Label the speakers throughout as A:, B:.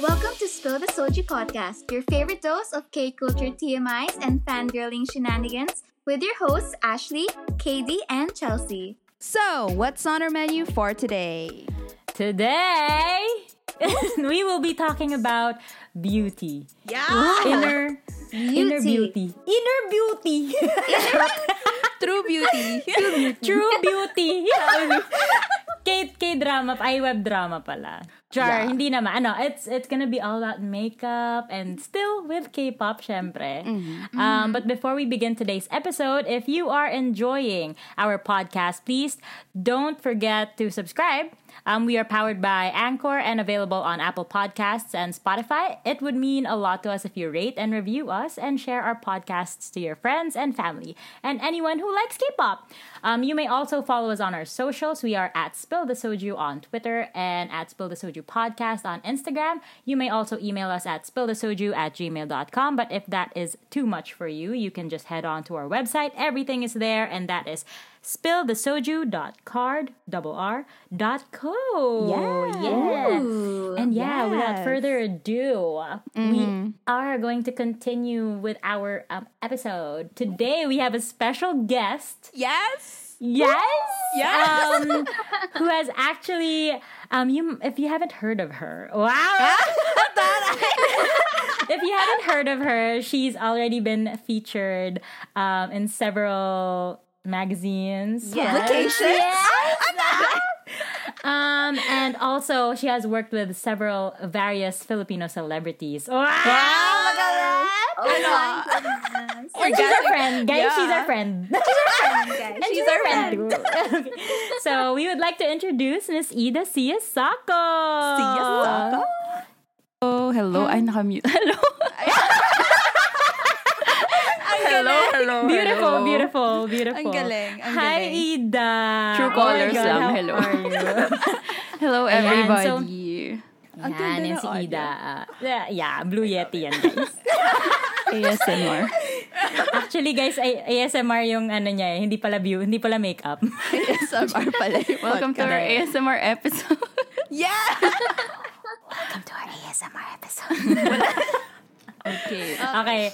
A: Welcome to Spill the Soju podcast, your favorite dose of K culture TMIs and fangirling shenanigans with your hosts Ashley, Katie, and Chelsea.
B: So, what's on our menu for today?
C: Today, we will be talking about beauty. Yeah. Inner inner beauty. Inner beauty.
B: True beauty.
C: True beauty. K K drama, ay web drama pala. Jar, hindi naman. Ano, it's it's gonna be all about makeup and still with K-pop, syempre. Um, but before we begin today's episode, if you are enjoying our podcast, please don't forget to subscribe. Um, we are powered by Anchor and available on Apple Podcasts and Spotify. It would mean a lot to us if you rate and review us and share our podcasts to your friends and family and anyone who likes K-pop. Um, you may also follow us on our socials. We are at Spill the Soju on Twitter and at Spill the Soju Podcast on Instagram. You may also email us at spillthesoju at gmail.com. But if that is too much for you, you can just head on to our website. Everything is there, and that is spillthesoju.card.r.co. Yeah. And yeah, without
B: yes.
C: further ado, we are going to continue with our um, episode. Today, we have a special guest.
B: Yes.
C: Yes.
B: Yes.
C: Um, who has actually, um, you if you haven't heard of her, wow. if you haven't heard of her, she's already been featured um, in several magazines. Um, and also she has worked with several various Filipino celebrities. Wow.
A: Oh my goodness.
C: And she's our friend. Guys,
B: Yeah.
C: she's our friend.
A: Guys,
C: And she's our friend too. Okay. so we would like to introduce Miss Ida Siyasako.
B: Siyasako. Oh, hello. Ay, nakamute. Hello. hello, hello.
C: Beautiful, beautiful, beautiful.
B: Ang galing, ang
C: Hi,
B: galing.
C: Ida. Oh
B: True
C: my
B: colors
C: God,
B: lang.
C: how
B: Hello.
C: are you?
B: Hello, everybody.
C: Ang
B: ganda
C: yan, yan
B: ng
C: si
B: audio.
C: Ida. Uh, yeah, Blue Yeti yan, guys.
B: ASMR.
C: Actually, guys, ay- ASMR yung ano niya eh. Hindi pala view, hindi pala makeup.
B: ASMR pala yung
D: Welcome to our
B: podcast.
D: ASMR episode.
C: okay.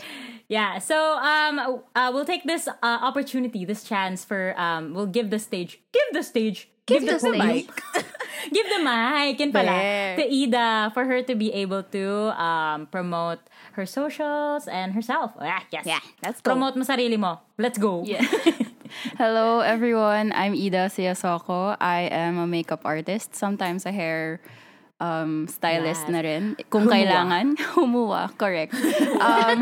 C: Yeah. So um uh, we'll take this uh, opportunity, this chance for um we'll give the stage give the stage give,
A: the stage.
C: give the mic and pala
B: There.
C: to Ida for her to be able to um promote her socials and herself. Ah, yes.
B: Yeah, let's go.
C: Promote mo sarili mo. Let's go.
D: Hello, everyone. I'm Ida Siyasoko. I am a makeup artist. Sometimes a hair um, stylist
C: Yes.
D: na rin. Kung
C: Humuwa.
D: kailangan. Humuwa. Correct. Um,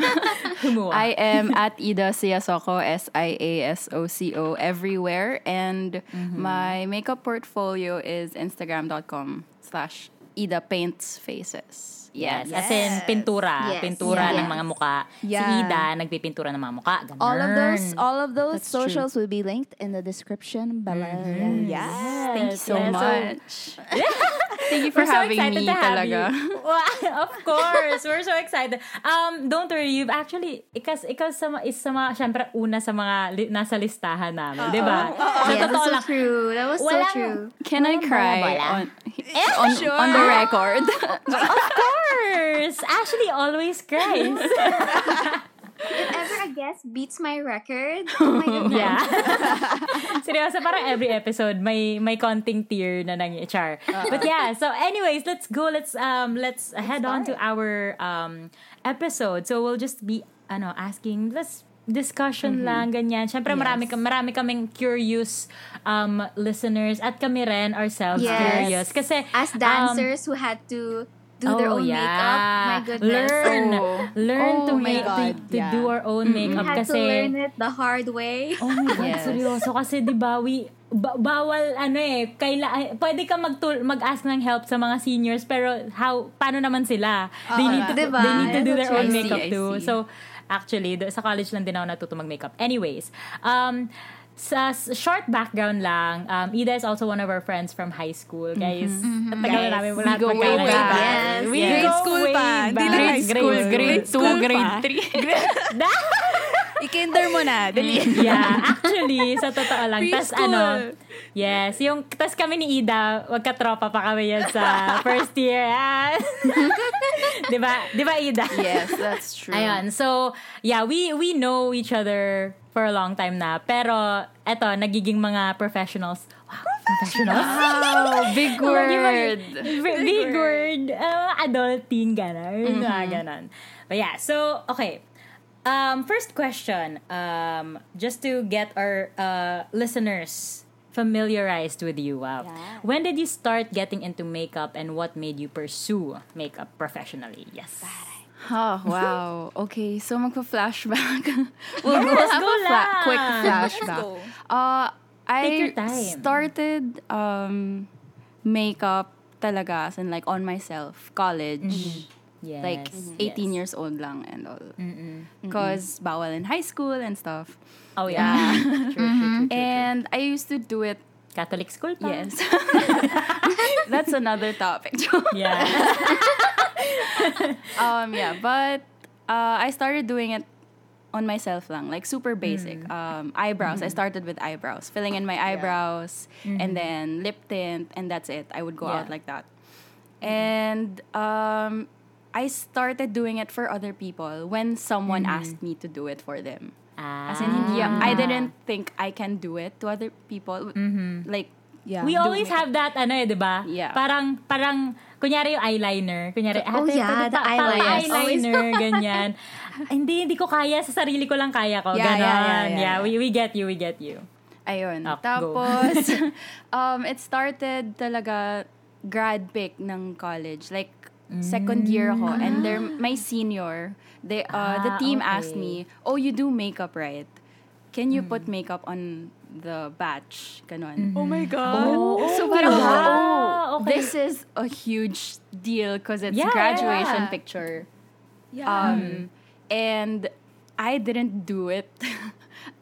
C: Humuwa.
D: I am at Ida Siyasoko, S-I-A-S-O-C-O, everywhere. And
C: Mm-hmm.
D: my makeup portfolio is instagram.com slash Ida Paints Faces.
C: Yes.
D: Yes.
C: As in, pintura.
A: Yes.
C: Pintura
D: Yeah.
C: ng mga muka. Si
B: Yeah.
C: Ida, nagpipintura ng mga muka. Ganun.
A: All of those, all of those
D: That's true. Mm-hmm.
A: socials will be linked in the description below.
B: Yes.
C: Thank you
D: so much. Thank you for
C: We're so
D: having me
C: excited to have
D: talaga.
C: you. Wow, of course. We're so excited. Um, don't worry, you've actually, ikas, ikaw sa, ma- is sa mga, syempre, una sa mga li- nasa listahan namin, di ba? Sa
A: Yeah, that's Oh,
C: totoo
A: so
C: lang.
A: true. That was so
C: Walang-
A: true.
D: Can I cry
C: Oh, bola.
D: on on, on the record?
C: Of course. Ashley always cries.
A: If ever a guest beats my record, oh my goodness.
C: yeah. Seryoso, parang every episode, may, may konting tear na nang char. But yeah, so anyways, let's go. Let's, um, let's head on to our um, episode. So we'll just be, ano, asking, let's discussion
A: Mm-hmm.
C: lang, ganyan. Siyempre, marami, ka- marami kaming curious um, listeners at kami rin ourselves
A: Yes.
C: curious. Kasi,
A: As
C: um,
A: dancers who had to do their
C: oh,
A: own
C: yeah.
A: makeup, my goodness.
C: Learn.
D: Oh.
C: Learn to,
B: Oh my
C: make, to,
B: God,
C: to
B: yeah.
C: do our own makeup
A: Had
C: kasi.
A: to learn it the hard way.
C: Oh my God,
D: Yes.
C: seryoso. Kasi di ba, we, ba- bawal ano eh, kaila, ay, pwede ka magtul- mag-ask ng help sa mga seniors, pero how, paano naman sila? they, need to,
A: Diba?
C: they need to do their
A: That's
D: true. I
C: own
D: see,
C: makeup
D: I
C: too.
D: see.
C: So, actually, do- sa college lang din ako natuto mag-makeup. Anyways, um, sa s- short background lang, um, Ida is also one of our friends from high school, guys. At tagal na namin wala
D: we go way,
C: magkakilala.
D: way back.
A: Yes.
C: We
B: Grade
C: go
B: school
C: way
B: pa. Hindi
C: back.
B: lang
C: Grade
B: high school.
C: school, grade
B: Grade school
C: 2, grade
D: pa.
C: 3.
B: I-kinder mo na. Dali.
C: Yeah, actually, sa totoo lang. Tas
B: Preschool.
C: ano, yes, yung, tas kami ni Ida, wag katropa pa kami yan sa first year. Ah. di ba? Di ba, Ida?
D: yes, that's true.
C: Ayun. So, yeah, we we know each other for a long time na. Pero, eto, nagiging mga professionals. Wow, professionals?
D: Wow, big word.
C: V- Big word. Uh, adulting, gano'n.
D: Mm-hmm.
C: Mga gano'n. But yeah, so, okay. Um, first question, um, just to get our uh, listeners familiarized with you. Wow. When did you start getting into makeup and what made you pursue makeup professionally? Yes.
D: Oh, wow. Okay, so magpa-flashback. we'll go have
C: go
D: a fla-
C: lang.
D: quick
B: Let's
D: flashback.
B: go.
D: Uh, I
C: Take your time.
D: started um, makeup talaga, as in like on myself,
C: Mm-hmm.
D: college.
C: Yes.
D: Like 18 years old lang and all. Because bawal in high school and stuff.
C: Oh, yeah. true, true, true, true.
D: And I used to do it,
C: Catholic school pa.
D: yes. That's another topic.
C: Yeah.
D: um yeah but uh, i started doing it on myself lang like super basic
C: Mm.
D: um eyebrows
C: Mm-hmm.
D: i started with eyebrows filling in my eyebrows and then lip tint and that's it i would go out
C: Yeah. Mm-hmm.
D: like that and um i started doing it for other people when someone
C: Mm-hmm.
D: asked me to do it for them as in hindi
C: Ah.
D: i didn't think i can do it to other people
C: Mm-hmm.
D: like yeah
C: We always have that, ano eh, di ba?
D: Yeah.
C: Parang, parang, kunyari yung eyeliner. Kunyari,
A: Oh,
C: ate, ate,
A: yeah,
C: ate,
A: the
C: pa-
A: eyeliner.
C: pa-
A: Yes.
C: eyeliner, ganyan. hindi, hindi ko kaya. Sa sarili ko lang kaya ko.
B: Yeah, yeah,
C: Ganon.
B: yeah, yeah,
C: Yeah,
B: yeah.
C: we, we get you, we get you.
D: Ayun.
C: Ah, go.
D: Tapos, um, it started talaga grad pick ng college. Like, second year ako. And they're my senior. They, uh, the
C: Mm. Ah,
D: team
C: okay.
D: asked me, oh, you do makeup, right? Can you
C: Mm.
D: put makeup on the batch? Ganon.
B: Oh my God.
D: so parang,
C: wow.
D: oh,
C: Okay.
D: this is a huge deal because it's
C: Yeah, Hmm.
D: graduation
B: yeah.
D: picture.
B: Yeah.
D: Um, and I didn't do it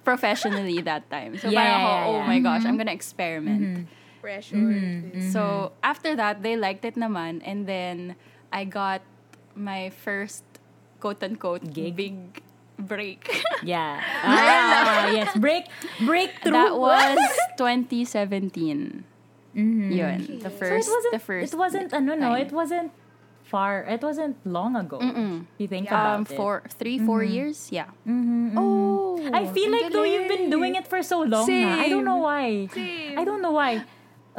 D: professionally that time. So
C: Yeah,
D: parang ako, oh
C: yeah, yeah. Mm-hmm.
D: my gosh, I'm gonna experiment.
B: Pressure.
D: So
C: Mm-hmm.
D: after that, they liked it naman, and then I got my first quote unquote
C: Gig?
D: big break.
C: Yeah. Ah, yes. Break, breakthrough.
D: that was 2017. Yun, the first,
C: Mm-hmm. it wasn't,
D: the first.
C: it wasn't, ano no,
D: time.
C: it wasn't far, it wasn't long ago. If you
D: um
C: think about it. Mm-hmm.
D: four, three, four years. Yeah.
B: Oh.
C: I feel like though you've been doing it for so long na. I don't know why.
B: Same.
C: I don't know why.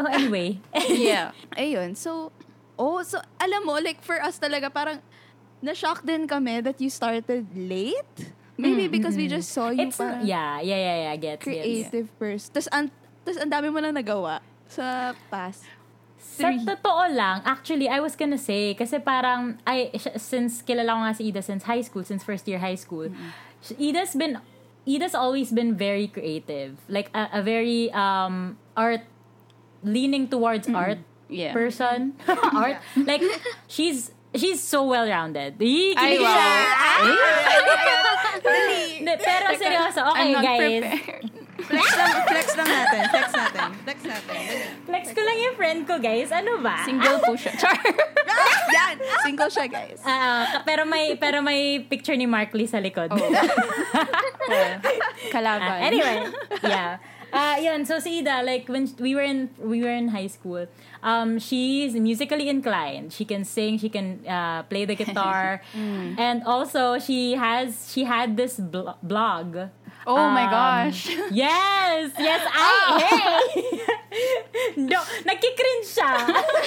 C: Oh, anyway.
D: Yeah.
B: Ayun. So, oh, so alam mo, like for us talaga, parang na-shock din kami that you started late. Maybe because we just saw you
C: it's
B: parang
C: yeah, yeah, yeah, yeah, gets gets.
B: creative person. Tapos, ang, tas ang dami mo lang nagawa sa past.
C: Sa totoo lang, actually, I was gonna say, kasi parang, I, siya- since kilala ko nga si Ida since high school, since first year high school, si- Ida's been, Ida's always been very creative. Like, a, a very um, art, leaning towards art
D: Yeah.
C: person. art. Like, she's, she's so well-rounded. Ay,
D: Ay, wow.
C: Pero seryoso,
D: I'm
C: okay
D: not
C: guys.
D: prepared.
E: Flex lang, flex lang natin. Flex natin. Flex natin.
C: Flex ko lang yung friend ko, guys. Ano ba?
D: Single po siya. Char.
B: Yan! Single siya, guys.
C: Ah, ka- pero may pero may picture ni Mark Lee sa likod.
D: Oh. Kalaban.
C: Ah, anyway, yeah. Uh, yun, so si Ida, like when we were in we were in high school, um, she's musically inclined. She can sing, she can uh, play the guitar, and also she has she had this bl- blog.
D: Oh my
C: Um,
D: gosh.
C: Yes, yes, I hey. no, nakikringe siya.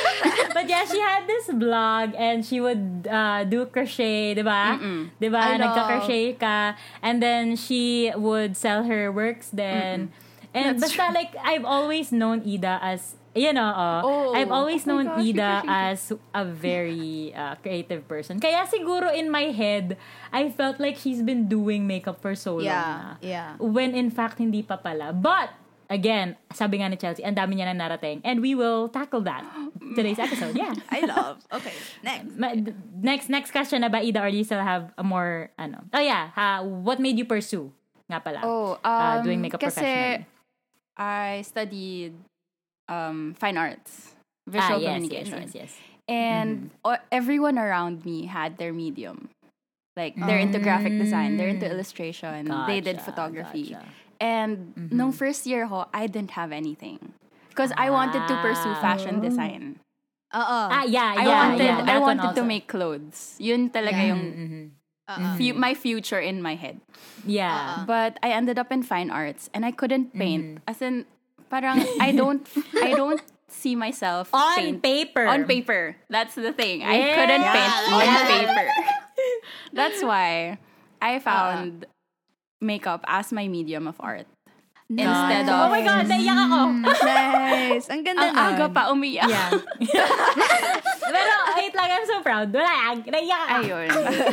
C: But yeah, she had this blog and she would uh, do crochet, di ba? Di ba?
B: I love.
C: Nagka-crochet ka. And then she would sell her works then. And basta like, I've always known Ida as, you know, uh,
B: Oh,
C: I've
D: oh
C: always
D: my
C: known
D: gosh, you
C: Ida
D: crocheted.
C: as a very uh, creative person. Kaya siguro in my head, I felt like she's been doing makeup for so long na.
B: Yeah. Yeah.
C: When in fact, hindi pa pala. But, again, sabi nga ni Chelsea, ang dami niya na narating. And we will tackle that today's episode. Yeah.
E: I love. Okay, next.
C: Ma- d- next next question na ba, Ida, or do you still have a more, ano? Oh yeah, ha, what made you pursue? Nga pala.
D: Oh, um,
C: uh, doing makeup
D: kasi
C: professionally.
D: I studied um, fine arts, visual
C: Ah, yes, Mm-hmm. yes,
D: communication.
C: yes, yes.
D: And o- everyone around me had their medium. Like they're into graphic design, they're into illustration, they did
C: Mm. Gotcha,
D: photography.
C: gotcha. Mm-hmm.
D: And nung first year ho, I didn't have anything. Because I wanted to pursue fashion design.
B: Oo.
C: Ah, yeah, yeah,
D: I wanted
C: yeah,
D: I
C: that one
D: wanted to
C: also.
D: make clothes. Yun talaga
E: Yeah.
D: yung fu-
C: Mm-hmm.
D: my future in my head.
C: Yeah.
D: But I ended up in fine arts and I couldn't
C: Mm-hmm.
D: paint. As in parang I don't I don't see myself
C: On
D: paint.
C: paper.
D: On paper. That's the thing. I couldn't
C: Yeah. Uh-huh.
D: paint on paper. That's why I found makeup as my medium of art. Instead of
C: Oh my God, naiyak ako.
D: Mm.
B: Nice. Ang ganda
D: ang
B: nun.
D: aga pa umiyak.
C: Yeah. Pero, wait lang, I'm so proud. Wala, ag- naiyak ako.
D: Ayun.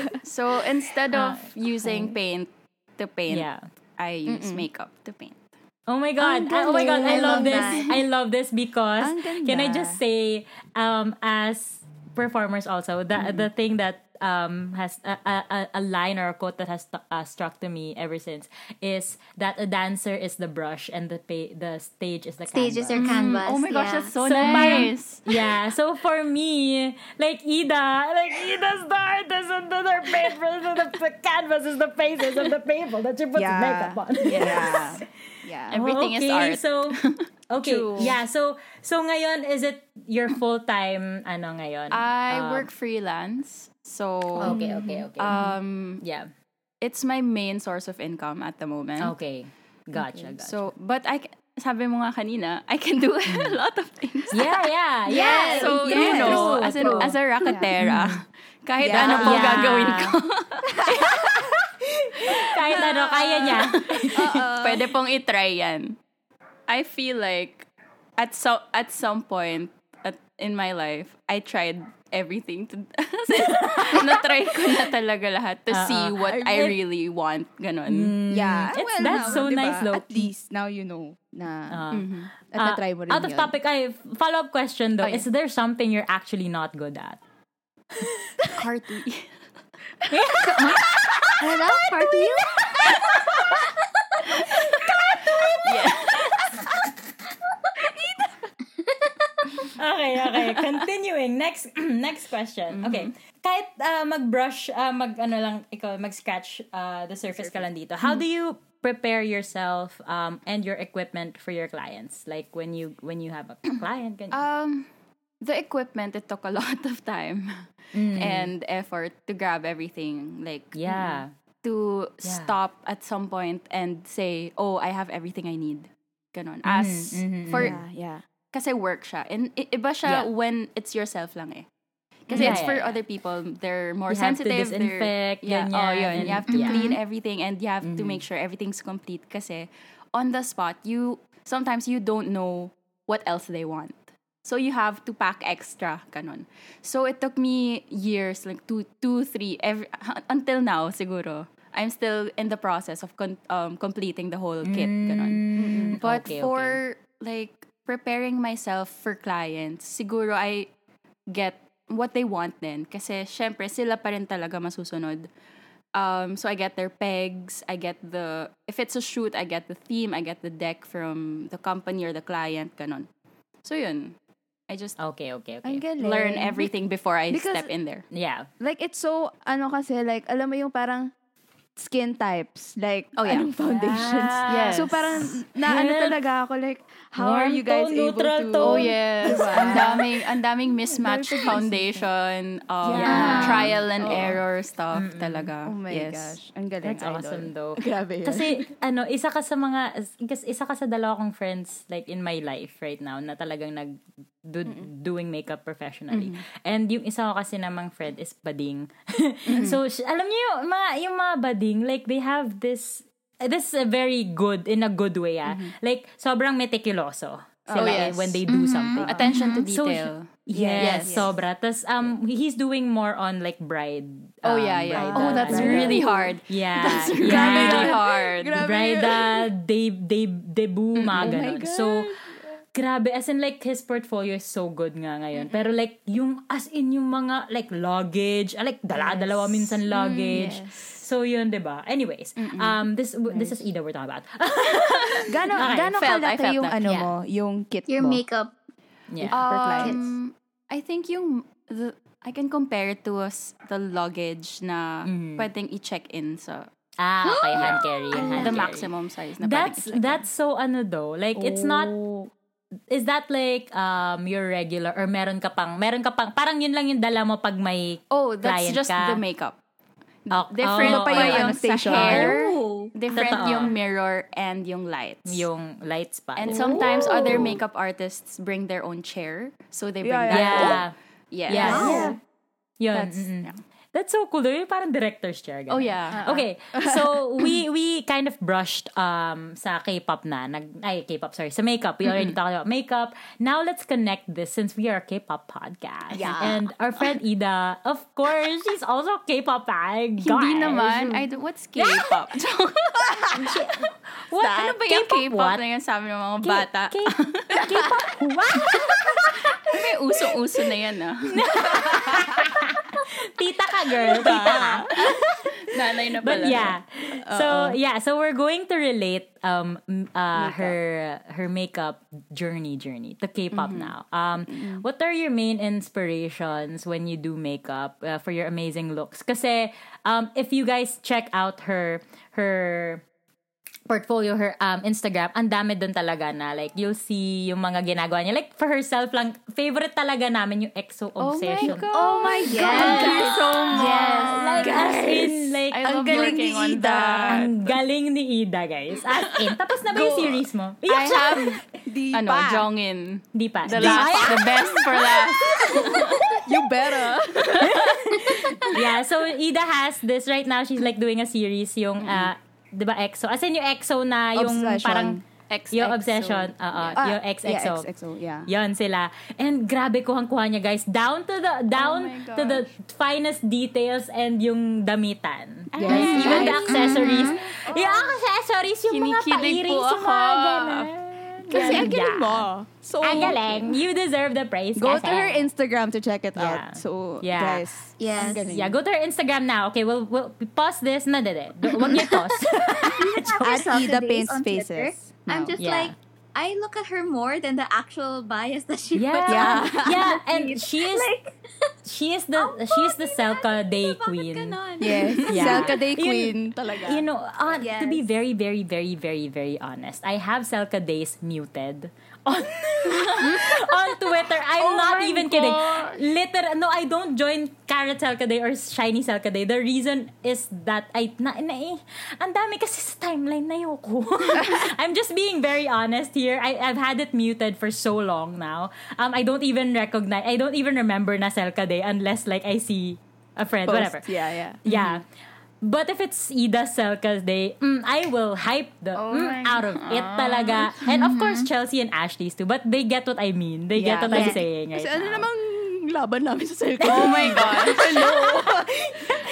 D: so instead of using paint to paint,
C: Ah, Yeah.
D: I use makeup to paint.
C: Oh my god.
B: Ang
C: I- oh my god, I
B: galing.
C: love
B: I love
C: this.
B: that.
C: I love this because
B: Ang ganda.
C: can I just say um as performers also the
B: Mm.
C: the thing that um has a, a, a- a line or a quote that has stu- uh, struck to me ever since is that a dancer is the brush and the pa- the stage is the
A: Stages
C: canvas.
A: or canvas.
D: Oh my gosh,
A: yeah.
D: that's so,
C: So parang-
D: nice.
C: yeah, so for me, like Ida, like Ida's the artist and the, the papers and the, the canvas is the faces of the people that she puts
B: Yeah.
C: makeup on.
B: Yeah. yeah.
D: Everything
C: Oh, okay,
D: is art.
C: So, okay.
D: True.
C: Yeah, so so ngayon is it your full-time ano ngayon?
D: I
C: Um, Oh.
D: work freelance. So
C: Okay, okay, okay.
D: um
C: yeah.
D: it's my main source of income at the moment.
C: Okay. Gotcha, gotcha.
D: So, but I, c- sabi mo nga kanina, I can do a lot of things.
C: Mm. yeah, yeah, yeah.
D: Yeah, so, you
C: yes,
D: know,
C: true,
D: as, an,
C: true.
D: as a rakatera, kahit
B: Yeah.
D: ano po
C: Yeah.
D: gagawin ko,
C: Kahit ano, kaya niya.
D: pwede pong itry yan. I feel like, at, so, at some point at, in my life, I tried everything. To, na-try ko na talaga lahat to
C: Ah,
D: see what I
C: I-
D: really want. Ganon.
C: Mm.
B: Yeah.
C: It's- that's so nice,
B: though. At
C: low-key.
B: least now you know na mm-hmm.
C: Uh,
B: at
C: uh,
B: na-try mo rin
C: out of
B: yun.
C: topic, I follow-up question though.
B: Oh, yeah.
C: Is there something you're actually not good at?
D: Partly.
A: Ano daw? Part wheel?
C: Okay, okay. Continuing. Next next question. Okay. Kahit uh, mag-brush, uh, mag ano lang ikaw mag-scratch uh, the surface ka lang dito. How do you prepare yourself um, and your equipment for your clients? Like when you when you have a client can
D: Um, the equipment it took a lot of time
C: Mm.
D: and effort to grab everything. Like
C: Yeah.
D: to stop at some point and say, "Oh, I have everything I need." Ganon.
C: Mm,
D: As for
B: Yeah, yeah.
D: kasi work siya. And i- iba siya
C: Yeah.
D: when it's yourself lang eh. Kasi
C: Yeah,
D: it's
C: yeah,
D: for
C: yeah.
D: other people. They're more
C: You have to
D: sensitive. they're-
C: disinfect,
D: yeah,
C: ganyan,
D: oh, yun.
C: and-
D: you have to
C: yeah. Mm-hmm.
D: clean everything and you have to make sure everything's complete kasi on the spot, you sometimes you don't know what else they want. So you have to pack extra kanon. So it took me years like two, two, three every, until now siguro. I'm still in the process of con- um, completing the whole kit kanon.
C: Mm,
D: But
C: okay, okay.
D: for like preparing myself for clients, siguro I get what they want then kasi syempre sila pa rin talaga masusunod. Um, so I get their pegs, I get the if it's a shoot, I get the theme, I get the deck from the company or the client ganun. So yun. I just
C: Okay, okay, okay.
B: Ang galing.
D: learn everything before I
B: Because-
D: step in there.
C: Yeah.
B: Like, it's so, ano kasi, like, alam mo yung parang skin types. Like,
D: Oh, yeah.
B: anong foundations.
D: Yes.
B: So, parang, na ano
C: Health.
B: talaga ako, like, how are
C: Warm
B: you
C: tone,
B: guys able
C: neutral
B: to...
C: tone.
D: Oh yes, ang daming ang daming mismatch foundation, um,
C: Yeah.
D: trial and error stuff talaga.
B: Oh my
D: yes.
B: gosh. Ang galing,
C: That's
B: idol.
C: awesome though.
B: Grabe yun.
C: Kasi ano, isa ka sa mga kasi isa ka sa dalawa kong friends like in my life right now na talagang nag do- doing makeup professionally. And yung isa ko kasi namang friend is bading. so sh- alam niyo yung mga yung mga bading like they have this this is a very good in a good way ah. Like sobrang meticuloso sila
D: Mm-hmm. Oh,
C: eh,
D: yes.
C: when they do something.
D: Uh-huh. Attention to
C: So,
D: detail.
C: Yes,
D: Yes.
C: sobra. Tas um he's doing more on like bride.
D: oh
C: um,
D: yeah, yeah. Oh,
C: bridal,
D: that's
C: ano.
D: really hard.
C: Yeah.
D: That's
C: yeah.
D: really hard.
B: Grabe Oh
C: Bridal, de, de, debut, mga ganun. So, grabe. As in, like, his portfolio is so good nga ngayon. Pero, like, yung, as in, yung mga, like, luggage. ah, Like, dala-dalawa minsan
B: Mm,
C: luggage. So, yun, di ba? Anyways, um, this w- this is Ida we're talking about.
B: Gano,
C: Okay,
B: gano
D: felt, I
B: kalaki
D: felt
B: yung
D: that.
B: ano
C: Yeah.
B: mo, yung kit
A: Your
B: mo?
A: makeup.
B: Um,
C: yeah.
B: for clients?
D: I think yung the I can compare it to us the luggage na pwedeng i-check in sa
C: Ah, okay. Hand carry. Hand
D: the
C: carry.
D: maximum size na
C: That's,
D: pwedeng i-check
C: that's so ano though. Like, it's not,
D: Oh.
C: is that like um your regular or meron ka pang meron ka pang parang yun lang yung dala mo pag may
D: Oh, that's
C: client
D: just
C: ka.
D: the makeup.
C: Oh,
D: Different
C: oh,
D: pa
C: okay.
D: yung,
B: ano,
D: sa
B: station.
D: hair,
A: Oh.
D: different
C: Totoo.
D: yung mirror and yung lights.
C: yung light spot.
D: and sometimes other makeup artists bring their own chair, so they bring
B: Yeah,
D: that.
C: yeah.
D: Yes.
C: Mm-hmm. Yes. Yun.
D: Oh, That's,
C: mm-mm.
D: yeah.
C: That's so cool. Yung parang director's chair. ganun. Ah,
D: Oh yeah.
C: Okay, so we we kind of brushed um sa K-pop na. Nag, ay, K-pop, sorry. Sa makeup. We already talked about makeup. Now let's connect this since we are a K-pop podcast.
B: Yeah.
C: And our friend Ida, of course, she's also a K-pop fan.
D: Hindi
C: Gosh.
D: naman. I don't- what's K-pop?
C: What?
D: ano ba yung K-pop, na yan sabi ng mga bata?
C: K- K-pop what?
D: May uso-uso na yan ah.
C: Tita ka, girl. Tita ka.
D: Nanay na pala.
C: But yeah. So yeah, so we're going to relate um m- uh her her makeup journey journey to K-pop now. Um what are your main inspirations when you do makeup uh, for your amazing looks? Kasi um if you guys check out her her portfolio, her um, Instagram, ang dami dun talaga na like you'll see yung mga ginagawa niya. Like for herself lang, favorite talaga namin yung EXO
D: Oh my
C: obsession.
D: God.
A: Oh my
D: Thank you
A: god.
D: so much.
C: Yes, like as in like
D: I
C: ang
D: love
B: galing
D: working
B: ni
D: on
B: Ida.
D: that.
C: ang galing ni Ida, guys. As in, tapos na ba yung series mo?
D: I
C: Yeah,
D: have,
B: Di
D: ano,
B: pa.
D: Jongin.
C: Di pa.
D: The
C: Di pa.
D: last, the best for last.
B: You better.
C: Yeah, so Ida has this right now. She's like doing a series yung,
D: Mm-hmm.
C: uh, di ba, EXO? As in yung EXO na yung
B: Obsession.
C: parang,
D: Ex- exo. Ah,
C: yung obsession. Oo, yung XXO.
B: Yeah, XXO, yeah.
C: Yon sila. And grabe ko ang kuha niya, guys. Down to the,
D: Oh
C: down
D: my
C: to the finest details and yung damitan. Guys,
B: Yes.
C: even the
B: Right.
C: accessories. Yung accessories, yung
D: Oh.
C: mga
D: Kinikilig
C: pa-earrings,
D: po
C: yung mga
D: ako.
C: ganun.
B: Kasi ang
C: Ganda.
B: galing mo. So,
C: Ang galing. You deserve the praise.
B: Go
C: kasi.
B: to her Instagram to check it
C: Yeah.
B: out. So,
C: Yeah.
B: guys,
A: Yes.
B: ang galing.
C: Yeah, go to her Instagram now. Okay, we'll, we'll pause this. No, no, no. Wag niyo pause.
B: At
A: Yourself
B: Ida
A: today
B: Paints
A: on Twitter.
B: Faces.
A: I'm
B: Now.
A: just
C: Yeah.
A: like, I look at her more than the actual bias that she
C: yeah.
A: puts
C: yeah.
A: on.
C: and she is
A: Like,
C: she is the she is the Selka Day Queen.
B: Yes.
C: Yeah.
B: Selka Day
C: Yun-
B: Queen talaga.
C: You know, uh,
A: Yes.
C: to be very, very, very, very, very honest, I have Selka Days muted on on Twitter. I'm not
D: my
C: even kidding. Liter, no, I don't join Carrot Selka Day or Shiny Selka Day. The reason is that I na, na eh, ang dami kasi sa timeline na yoko. I'm just being very honest here. I, I've had it muted for so long now. Um, I don't even recognize. I don't even remember na Selka Day unless like I see a friend,
B: Post.
C: whatever.
B: Yeah, yeah.
C: Yeah. Mm-hmm. But if it's Ida Selka's day, mm, I will hype the mm,
D: my
C: out of it talaga. And of course, Chelsea and Ashley's too. But they get what I mean. They get
B: Yeah.
C: what I'm
A: Yeah.
C: saying right
B: Kasi ano
C: now.
B: namang laban namin sa Selka
D: Oh my God.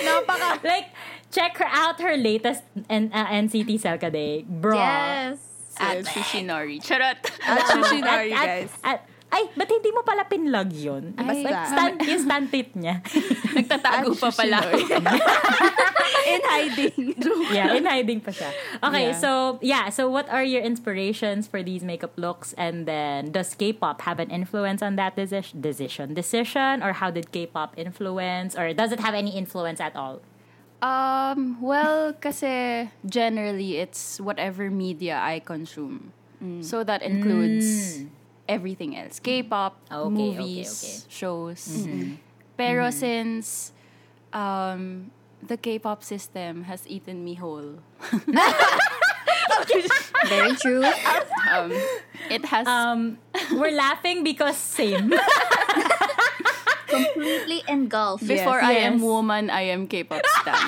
B: Napaka
C: Like, check her out, her latest N- uh, NCT Selka day. Bro.
A: Yes.
D: At Sushinori. Charot.
B: At Sushinari,
C: At-
B: guys.
C: at- ay, ba't hindi mo pala pinlog yun?
B: Basta.
C: Like, stand, yung stand tit niya.
D: Nagtatago pa pala.
B: In hiding.
C: yeah, in hiding pa siya. Okay,
B: Yeah.
C: so yeah, so what are your inspirations for these makeup looks and then does K-pop have an influence on that deci- decision decision or how did K-pop influence or does it have any influence at all?
D: Um, well, kasi generally it's whatever media I consume.
C: Mm.
D: So that includes everything else. K-pop,
C: Okay, Mm-hmm. okay,
D: movies,
C: okay.
D: shows. Mm-hmm. Pero since um the K-pop system has eaten me whole.
A: Very true.
D: Um, it has
C: Um we're laughing because same.
A: Completely engulfed.
D: before I am
C: yes.
D: woman, I am K-pop stan.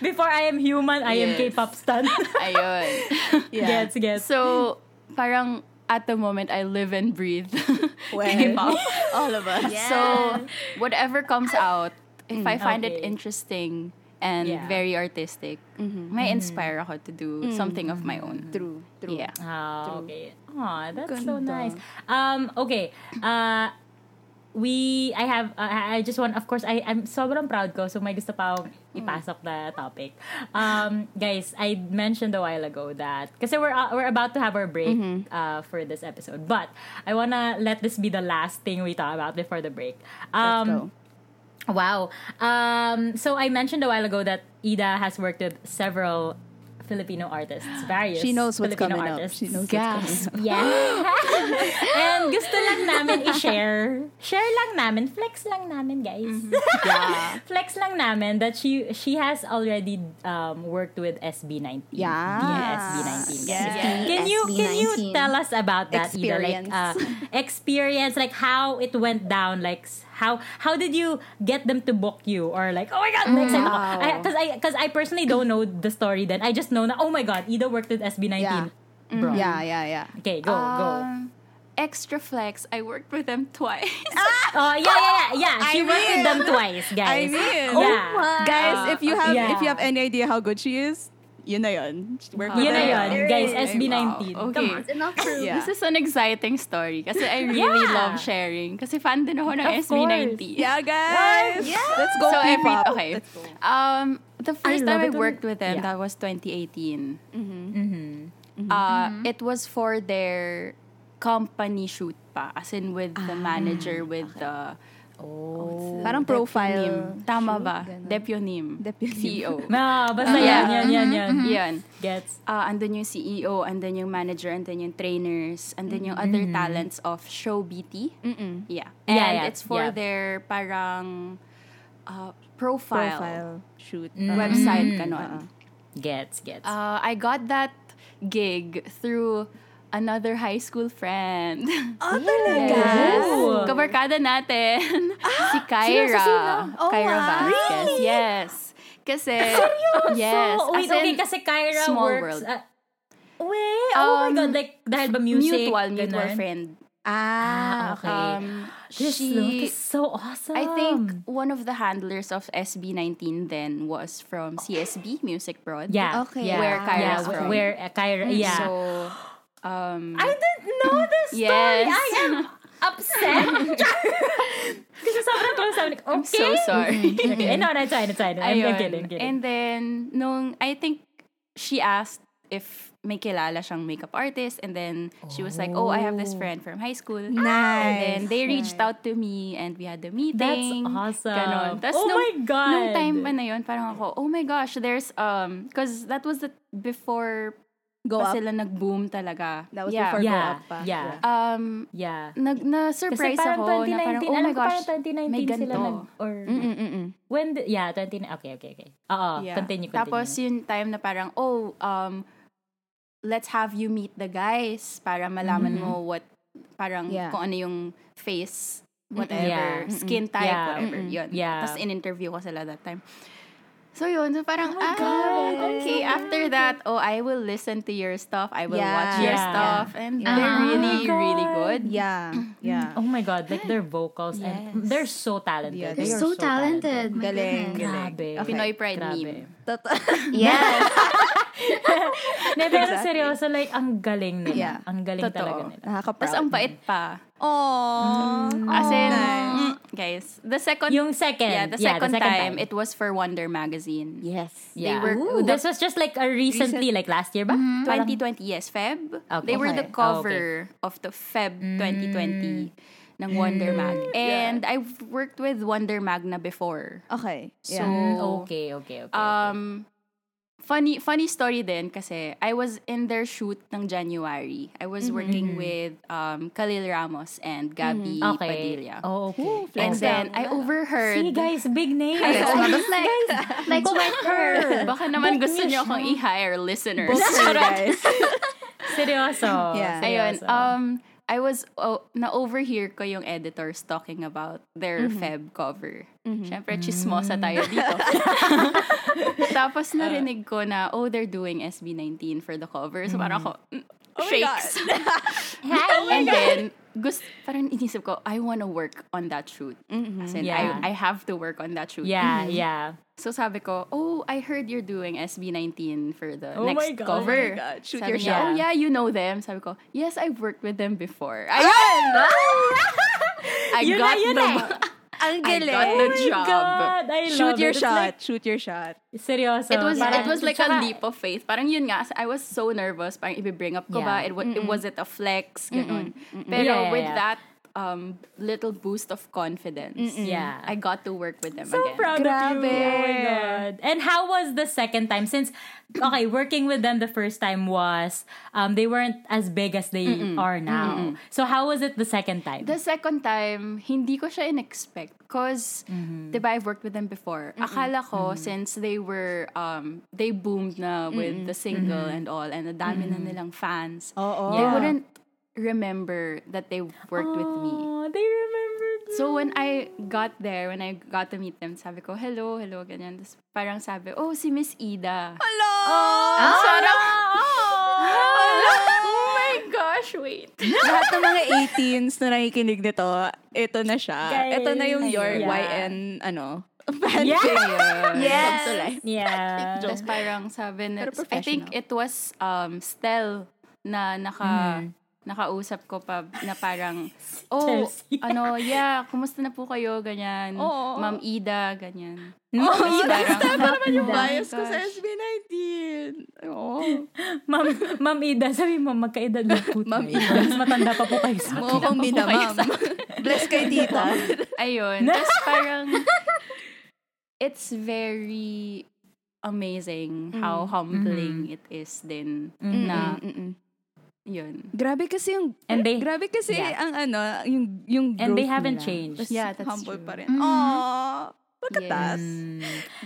C: Before I am human, I am
D: Yes.
C: K-pop stan.
D: Ayun.
B: Yeah.
C: Gets, gets.
D: So, parang at the moment, I live and breathe K-pop.
B: All of us.
A: Yes.
D: So, whatever comes out, if I find it
C: Okay.
D: interesting and
C: Yeah. Mm-hmm.
D: very artistic, may inspire ako to do something of my own.
B: True. True.
D: Yeah.
C: Ah, okay. Aw, that's so
B: Ganda.
C: nice. Um, okay. Uh, we I have uh, I I just want of course I I'm sobrang proud ko so may gusto pa akong
B: Hmm.
C: ipasok na topic. Um guys, I mentioned a while ago that kasi we're uh, we're about to have our break
B: Mm-hmm.
C: uh for this episode. But I want to let this be the last thing we talk about before the break. Um Wow. Um, so I mentioned a while ago that Ida has worked with several Filipino artists, various
B: She knows what's
C: Filipino
B: coming
C: artists.
B: up. She knows what's coming up.
C: Yeah. And gusto lang namin i-share. Share lang namin. Flex lang namin, guys.
B: Mm-hmm.
C: Flex lang namin that she she has already um, worked with SB19.
B: Yeah.
C: The SB19. guys.
B: Yes.
C: Can you can you
A: SB19.
C: tell us about that,
B: Experience.
C: Ida? Like, uh, experience, like how it went down, like s- how how did you get them to book you, or like oh my god, next time, because I because I, personally don't know the story. Then I just know na oh my god, Ida worked with SB19. Bro.
B: Yeah, yeah, yeah.
C: Okay, Ah, go go.
D: Um, Extra Flex. I worked with them twice.
C: Oh yeah yeah yeah yeah. She
B: I
C: worked with
B: mean-
C: them twice, guys.
B: I mean,
C: yeah.
D: Ah,
B: guys, if you have
C: yeah.
B: if you have any idea how good she is, yun na yun. Just Work
D: Oh
B: with
C: Yun na
B: her.
C: yun, guys. SB19.
D: Wow.
C: Come
D: Okay.
C: on.
A: It's enough proof.
B: Yeah.
D: This is an exciting story kasi I really
C: Yeah.
D: love sharing. Kasi fan din ako ng
C: Of
D: SB19.
B: Yeah, guys. Let's go
D: so
B: P-pop.
D: every okay. Um, the first
C: love
D: time I
C: it when-
D: worked with them
C: Yeah. Mm-hmm.
D: that was 2018. Uh, It was for their company shoot pa, as in with the
C: Ah,
D: manager with the
B: Parang profile.
D: Depunym. Tama ba? Depunym.
B: Depunym.
D: CEO.
C: No, basta yan, yan, yan,
D: Mm-hmm.
C: yan.
D: Yun.
C: Gets.
D: Ah, andun yung CEO, andun yung manager, andun yung trainers, andun yung other talents of Show BT. Yeah. And
C: Mm-hmm. Yeah, yeah,
D: it's for
C: yeah.
D: their parang uh, profile,
B: Profile shoot.
C: Mm.
D: website
C: Mm-hmm.
D: ganon.
C: Uh-uh. Gets, gets.
D: Uh, I got that gig through another high school friend.
B: Oh, talaga?
D: Yes.
C: Ooh.
D: Kabarkada natin.
C: Ah,
D: si Kyra.
B: Oh,
D: Kyra
B: wow.
D: Vasquez. Yes. Kasi, yes.
C: so,
D: as
C: wait,
D: in,
C: okay, kasi Kyra
D: small
C: works...
D: world.
C: Uh, wait, oh my
D: Um,
C: God, like, dahil ba music?
D: mutual, mutual
C: ganun?
D: friend.
C: Ah, okay.
D: Um,
C: this
D: she,
C: look is so awesome.
D: I think one of the handlers of SB19 then was from CSB Music Broad.
C: Yeah.
A: Okay.
C: Yeah.
D: Where Kyra's
C: yeah, wh-
D: from.
C: Where uh, Kyra, yeah.
D: So, um,
C: I didn't know this
D: Yes.
C: story. I am upset. Kasi sobrang close. I'm like, okay.
D: I'm so sorry.
C: okay. No, no, it's fine, it's fine. I'm, I'm
D: Ayun.
C: kidding, kidding.
D: And then, nung, I think she asked if may kilala siyang makeup artist. And then, she was like, oh, I have this friend from high school. And then, they reached out to me and we had the meeting.
C: awesome.
D: Ganon. Tas
C: Oh
D: nung-
C: my God.
D: Nung time pa na yun, parang ako, oh my gosh, there's, um, because that was the, before
B: Go
D: pa
B: up.
D: sila nag-boom talaga.
B: That was
D: yeah.
B: before
C: Yeah,
B: go up pa.
C: yeah.
D: Um,
C: yeah.
D: nag, na-surprise
C: Kasi parang
D: ako
C: 2019,
D: na parang, oh
C: alam
D: my
C: ko
D: gosh,
C: parang 2019
D: may
C: sila
D: ganito. Mm,
C: nag, or,
B: Mm-mm-mm.
C: when, the, yeah, 2019, okay, okay, okay. Oo, Ah,
B: Yeah.
C: continue, continue.
D: Tapos yung time na parang, oh, um, let's have you meet the guys para malaman
C: Mm-hmm.
D: mo what, parang
B: Yeah.
D: kung ano yung face,
C: Yeah.
D: whatever,
C: Mm-mm.
D: skin type,
C: Yeah.
D: whatever, yun.
C: Yeah.
D: Tapos in-interview ko sila that time. So yun, so parang, ah,
C: Oh God.
D: okay, after that, oh, I will listen to your stuff, I will
B: Yeah.
D: watch your
C: Yeah.
D: stuff, and they're
A: Oh my
D: really, really
C: God.
D: good.
B: Yeah. Yeah.
C: Oh my God, like their vocals and
D: Yes.
C: they're so talented.
B: Yeah,
C: They
A: They're
C: are
A: so, talented. My
B: Galing.
A: goodness.
B: Galing.
C: Grabe.
D: Pinoy pride
C: Grabe.
D: meme.
B: Totoo.
A: Yes.
C: Ne, pero
B: Exactly.
C: seryoso, like, ang galing nila.
B: Yeah.
C: Ang galing
D: Totoo.
C: talaga nila.
D: Tapos
B: Nakaka-proud.
D: ang bait pa.
B: Aww.
D: As
C: Oh,
D: in,
B: Nice.
D: mm, guys, the second
C: Yung second.
D: Yeah, the second, time, it was for Wonder Magazine.
C: Yes.
D: They
C: Yeah.
D: were- Mm-hmm.
C: Ooh, this was just like a recently, like last year ba?
D: 2020, yes, Feb.
C: Okay.
D: They were the
C: Okay. Oh,
D: cover of the Feb 2020 ng Wonder Mag. And I've worked with Wonder Mag na before.
B: Okay.
D: So,
B: Yeah.
C: Mm,
D: Oh.
C: Okay, okay, okay.
D: um, funny funny story din kasi I was in their shoot ng January. I was working with um, Khalil Ramos and Gabby
C: okay. okay.
D: Padilla.
C: Oh, okay.
D: And
C: Okay.
D: then, I overheard.
C: See, guys, big name.
D: Yes.
A: Another flex. Flex with her.
D: Baka naman
C: Book
D: gusto
C: niya
D: niyo akong i-hire listeners.
B: Both of you guys.
C: Seryoso.
B: Yeah.
D: Ayun,
C: Seryoso.
D: um, I was, oh, na-overhear ko yung editors talking about their Feb cover. Siyempre, chismosa tayo dito. Tapos narinig ko na, oh, they're doing SB19 for the cover. So parang ako, mm, shakes. And then, gusto, parang inisip ko, I wanna work on that shoot. As in,
C: Yeah.
D: I, I have to work on that shoot.
C: yeah, yeah.
D: So sabi ko, oh, I heard you're doing SB19 for the
C: Oh my
D: next
C: God.
D: cover.
B: Oh my God. Shoot
D: sabi
B: your
D: niya,
C: shot.
D: oh yeah, you know them. Sabi ko, yes, I've worked with them before. Ayun! I
C: Ah, Yun
D: got
C: na, yun
D: the
C: na.
B: Ang galing.
D: got the
C: my
D: job.
C: God, I love
B: Shoot your
C: it. It's
B: shot.
C: like,
B: Shoot your shot.
C: seryoso.
D: it was
C: parang-
D: it was like
C: Tsaka-
D: a leap of faith. Parang yun nga, I was so nervous. Parang ibibring up ko ba? It,
C: Yeah.
D: wa- it was it a flex? Ganun. Pero
C: Yeah, yeah,
D: with
C: yeah.
D: that um, little boost of confidence,
C: Yeah.
D: I got to work with them
C: So
D: again.
C: proud of you.
B: Grabe.
C: Oh my God. And how was the second time? Since, okay, working with them the first time was, um, they weren't as big as they are now. So how was it the second time?
D: The second time, hindi ko siya in-expect. Because,
C: Mm-hmm.
D: di ba, I've worked with them before. Akala ko, since they were, um, they boomed na with the single and all, and the dami na nilang fans,
B: Oo.
D: they
C: Mm-hmm. Yeah.
D: wouldn't remember that they worked with me.
C: Oh, they remembered me.
D: So when I got there, when I got to meet them, sabi ko, hello, hello, ganyan. Tapos parang sabi, oh, si Miss Ida.
C: Ah,
B: Hello!
A: Oh.
D: Ang
B: Ang
D: sarap.
B: Hello!
D: Oh my gosh, wait.
B: Lahat ng mga 18s na nakikinig nito, ito na siya.
C: Guys,
B: ito na yung your
C: yeah.
B: YN, ano, fan
C: Yeah.
B: thing.
D: Yes.
C: Yeah.
D: Tapos parang sabi na,
B: Pero
D: I think
B: professional.
D: it was um, Stel na naka,
B: Hmm.
D: nakausap ko pa na parang, oh,
C: Chelsea.
D: ano, yeah, kumusta na po kayo, ganyan.
B: Oo.
D: Ma'am Ida, ganyan.
C: Ma'am Ida.
B: naman yung
D: Oh my
B: bias ko sa
D: gosh.
B: SB19. Oo.
C: Ma'am, Ma'am Ida, sabi mo, magkaedad na po.
B: Ma'am
C: tayo.
B: Ida.
C: Mas matanda pa po kayo sa akin.
B: Oo, kong binamam. Bless kay tita.
D: Ayun. Tapos parang, it's very amazing how
B: Mm.
D: humbling
B: Mm-hmm.
D: it is din na, yun.
B: Grabe kasi yung
C: And they-
B: grabe kasi
C: yeah.
B: ang ano, yung yung
C: And they
B: growth
C: haven't
B: nila.
C: changed. Mm-hmm.
B: Mas
D: Yeah, that's
B: humble
D: true.
B: pa rin. Aww. Look at
D: Yes.
B: us.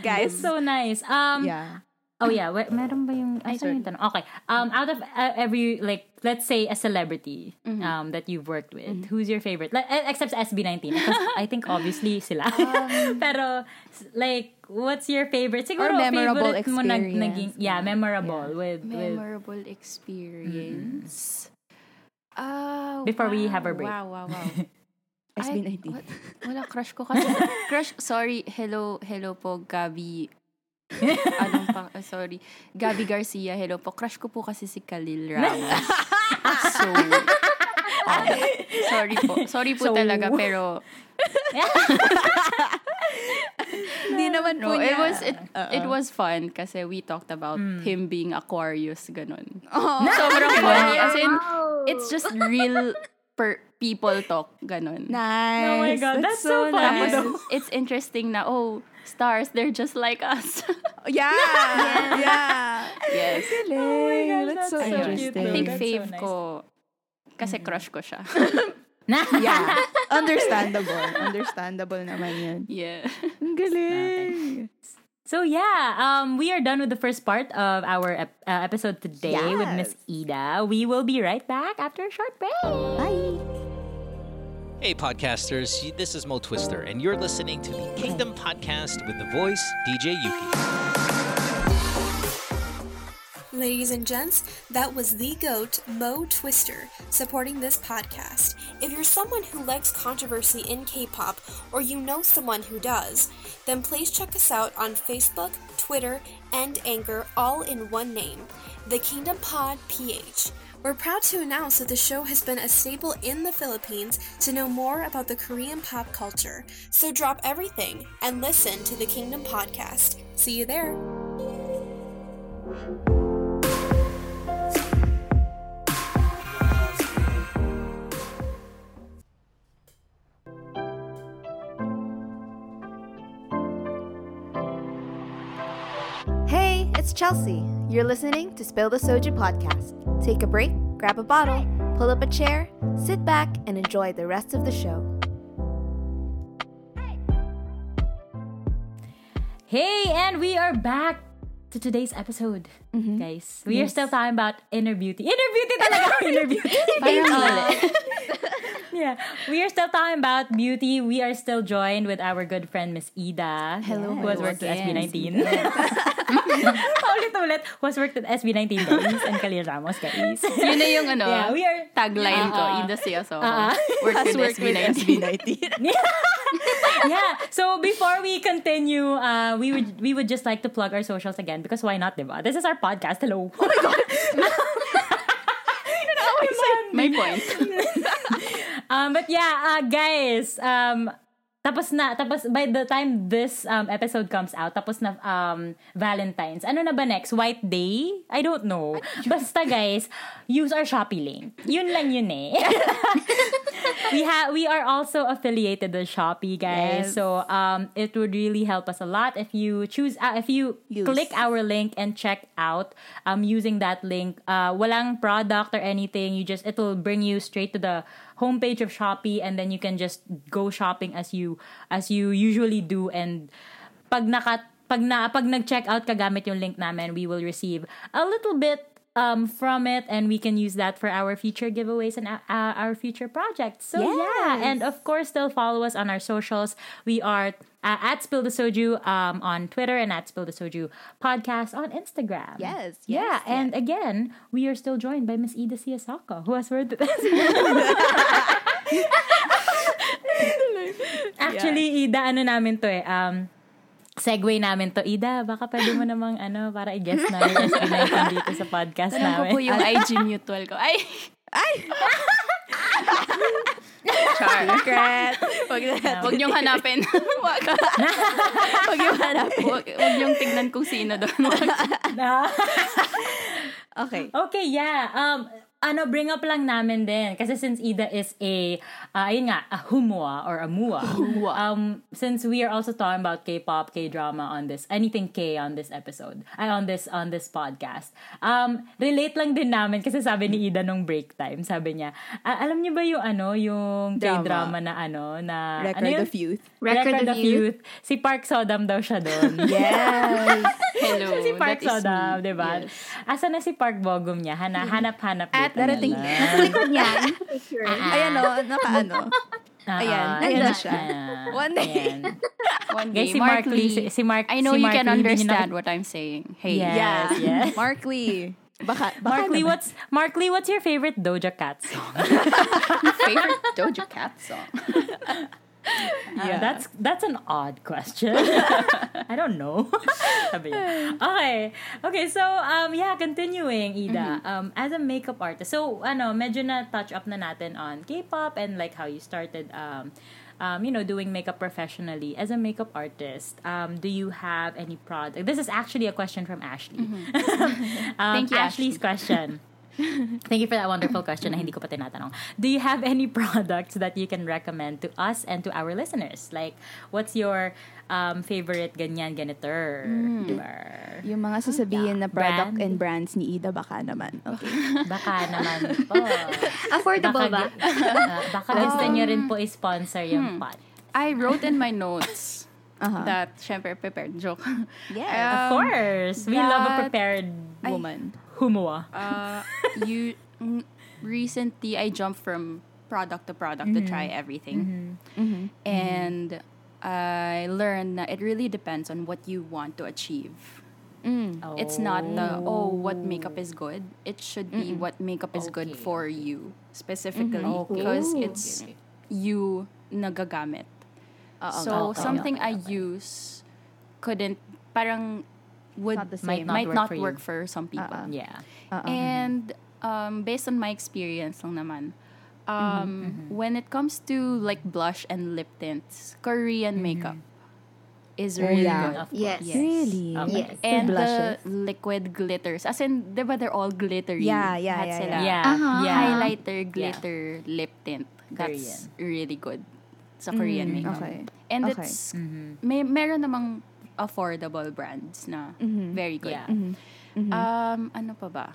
B: Guys.
C: It's so nice. Um,
B: yeah.
C: Oh yeah, wait, meron ba yung ah, sorry. yung tanong? Okay. Um out of uh, every like let's say a celebrity
B: Mm-hmm.
C: um that you've worked with, who's your favorite? Like, eh, except sa SB19 because I think obviously sila.
B: Um,
C: Pero s- like what's your favorite? Siguro
B: memorable
C: favorite mo nag-
B: experience.
C: naging yeah, memorable with with
D: Memorable experience. Ah,
C: Before we
D: wow,
C: have our break.
D: Wow, wow, wow.
B: SB19.
D: Ay, what? Wala, crush ko kasi. crush, sorry. Hello, hello po, Gabi. Anong pa, ah, sorry. Gabi Garcia, hello po. Crush ko po kasi si Khalil Ramos. so, ah, sorry po. Sorry po
C: So-
D: talaga, pero
B: Hindi naman
D: no,
B: po
D: it
B: niya.
D: was it,
C: Uh-uh.
D: it was fun kasi we talked about
C: Hmm.
D: him being Aquarius, ganun.
B: Aww.
D: Sobrang funny. As in,
A: Wow.
C: Oh.
D: it's just real per people talk, ganun.
B: Nice.
C: Oh my God, that's so funny
B: nice.
C: though.
D: Tapos, it's interesting na, oh, stars, they're just like us.
B: Yeah. yeah.
D: yes.
B: Oh my
C: gosh, that's
B: that's, so
C: so cute
B: interesting.
D: I
C: though.
D: think
C: That's so
D: fave
C: nice. Mm-hmm.
D: ko, kasi crush ko siya.
B: yeah. Understandable. Understandable naman yun.
D: yeah.
B: Ang galing.
C: So yeah, um, we are done with the first part of our ep- uh, episode today with Miss Ida. We will be right back after a short break. Bye.
F: Hey, podcasters, this is Mo Twister, and you're listening to the Kingdom Podcast with the voice DJ Yuki.
G: Ladies and gents, that was the GOAT, Mo Twister, supporting this podcast. If you're someone who likes controversy in K pop, or you know someone who does, then please check us out on Facebook, Twitter, and Anchor, all in one name The Kingdom Pod PH. We're proud to announce that the show has been a staple in the Philippines to know more about the Korean pop culture. So drop everything and listen to the Kingdom Podcast. See you there!
H: Hey, it's Chelsea. You're listening to Spill the Soju podcast. Take a break, grab a bottle, pull up a chair, sit back, and enjoy the rest of the show.
C: Hey, and we are back to today's episode,
D: Mm-hmm.
C: guys. We are still talking about inner beauty. Inner beauty talaga! oh, inner beauty.
D: Parang mali.
C: yeah. We are still talking about beauty. We are still joined with our good friend, Miss Ida. Hello. Who has worked at SB19. Ulit-ulit. Who has worked at SB19, guys. And Khalil Ramos, guys.
D: Yun na yung ano,
C: Yeah, we are-
D: tagline ko,
C: Uh-uh.
D: Ida siya so Work with SB19.
B: SB19.
C: yeah. So before we continue, uh, we would we would just like to plug our socials again because why not, diba? This is our podcast. Hello. Oh my god.
D: choice. May point.
C: Um, but yeah, uh, guys, um, tapos na, tapos by the time this um, episode comes out, tapos na um, Valentine's. Ano na ba next? White Day? I don't know. Basta guys, use our Shopee link. Yun lang yun eh. we have we are also affiliated with Shopee, guys. So um, it would really help us a lot if you choose uh, if you click our link and check out um using that link. Uh, walang product or anything. You just it'll bring you straight to the homepage of Shopee, and then you can just go shopping as you as you usually do. And pag naka pag na pag nag-check out kagamit yung link namin, we will receive a little bit um from it and we can use that for our future giveaways and uh, uh, our future projects. So yeah, and of course still follow us on our socials. We are uh, at Spill the Soju um, on Twitter and at Spill the Soju podcast on Instagram.
B: Yes,
C: Yeah,
B: yes,
C: and again, we are still joined by Miss Ida Siyasaka, who has worked Actually, Ida, ano namin to eh, um, segue namin to. Ida, baka pwede mo namang ano, para i-guess na yung SP na dito sa podcast
D: Alam ko
C: namin.
D: po yung IG mutual ko. Ay! Ay! Char.
B: Secret.
D: Huwag, huwag niyong hanapin. Huwag. huwag niyong hanapin. Huwag, huwag niyong tignan kung sino doon.
C: Na-
B: Okay.
C: Okay, yeah. Um, ano, bring up lang namin din. Kasi since Ida is a, uh, ayun nga, a humua or a mua. Um, since we are also talking about K-pop, K-drama on this, anything K on this episode, ay, on this, on this podcast. Um, relate lang din namin kasi sabi ni Ida nung break time, sabi niya, "Ah, alam niyo ba yung ano, yung
B: Drama.
C: K-drama na ano, na,
B: Record
C: ano yun?
B: of youth.
C: Record, of Youth. Si Park Sodam daw siya doon.
B: Yes.
D: Hello.
C: si diba? Park
D: Oh, that is
C: Sodam,
D: me.
C: di ba?
D: Yes.
C: Asa na si Park Bogum niya? Hana, hanap-hanap dito.
B: At darating.
C: na lang.
A: Nasa likod niya, yung picture.
B: Ayan o, nakaano.
C: Ah,
B: Ayan,
C: ah,
B: nandun
C: ayan
B: siya.
C: na.
B: One day.
C: Ayan.
D: One
C: Guys,
D: day,
C: si Mark Lee, si, si Mark,
D: I know
C: si
D: you
C: Mark
D: can
C: Lee, hindi niyo
D: understand what I'm saying. Hey.
C: Yes, yes.
B: Mark Lee. Baka,
C: nakita- Mark
B: baka
C: Lee,
B: naman.
C: what's Mark Lee? What's your favorite Doja Cat song?
D: Favorite Doja Cat
C: oh.
D: song.
C: Ah, that's that's an odd question. I don't know. Sabi niya. okay, okay. So um yeah, continuing Ida.
D: Mm-hmm.
C: Um as a makeup artist, so ano medyo na touch up na natin on K-pop and like how you started um um you know doing makeup professionally as a makeup artist. Um do you have any product? This is actually a question from Ashley. um,
D: Mm-hmm. Thank you,
C: Ashley's question. Thank you for that wonderful question na hindi ko pa tinatanong. Do you have any products that you can recommend to us and to our listeners? Like, what's your um, favorite ganyan, ganiter? Diba?
B: Yung mga sasabihin na product
C: Brand.
B: and brands ni Ida, baka naman. Okay.
C: Baka naman po.
A: Affordable ba?
C: baka, uh, baka gusto nyo rin po i-sponsor yung pot.
D: I wrote in my notes
C: Uh-huh.
D: that, syempre, prepared joke.
B: Yeah.
C: of
D: Um,
C: course. We love a
D: that-
C: prepared
B: Woman.
C: humua.
D: Uh, you mm, recently I jumped from product to product to try everything,
C: Mm-hmm.
D: and I learned that it really depends on what you want to achieve.
C: Mm.
D: It's not the oh what makeup is good. It should be what makeup is good
C: Okay, Mm-hmm.
D: for you specifically
C: Okay.
D: because it's you nagagamit. so
C: okay,
D: something I use couldn't parang would
B: not the
D: might
B: same.
D: not,
C: Might
D: work,
C: not
D: for,
C: work for you.
D: some people.
C: Yeah.
B: Mm-hmm.
D: And um, based on my experience lang naman,
B: Mm-hmm.
D: um, when it comes to like blush and lip tints, Korean makeup is really
B: Mm-hmm. Oh, yeah.
A: Yes.
D: good. Yes.
B: Really?
A: Yes.
D: And the
B: blushes.
D: liquid glitters. As in, di ba they're all glittery?
B: Yeah, yeah,
D: Lahat
B: yeah,
D: sila. Ah,
C: Yeah.
A: Uh-huh.
C: yeah.
D: Highlighter, glitter, lip tint. That's really good sa Korean makeup.
B: Mm, Okay.
D: And
B: Okay.
D: it's,
C: Mm-hmm.
D: may, meron namang affordable brands na
B: Mm-hmm.
D: very good.
C: Yeah.
D: Um, ano pa ba?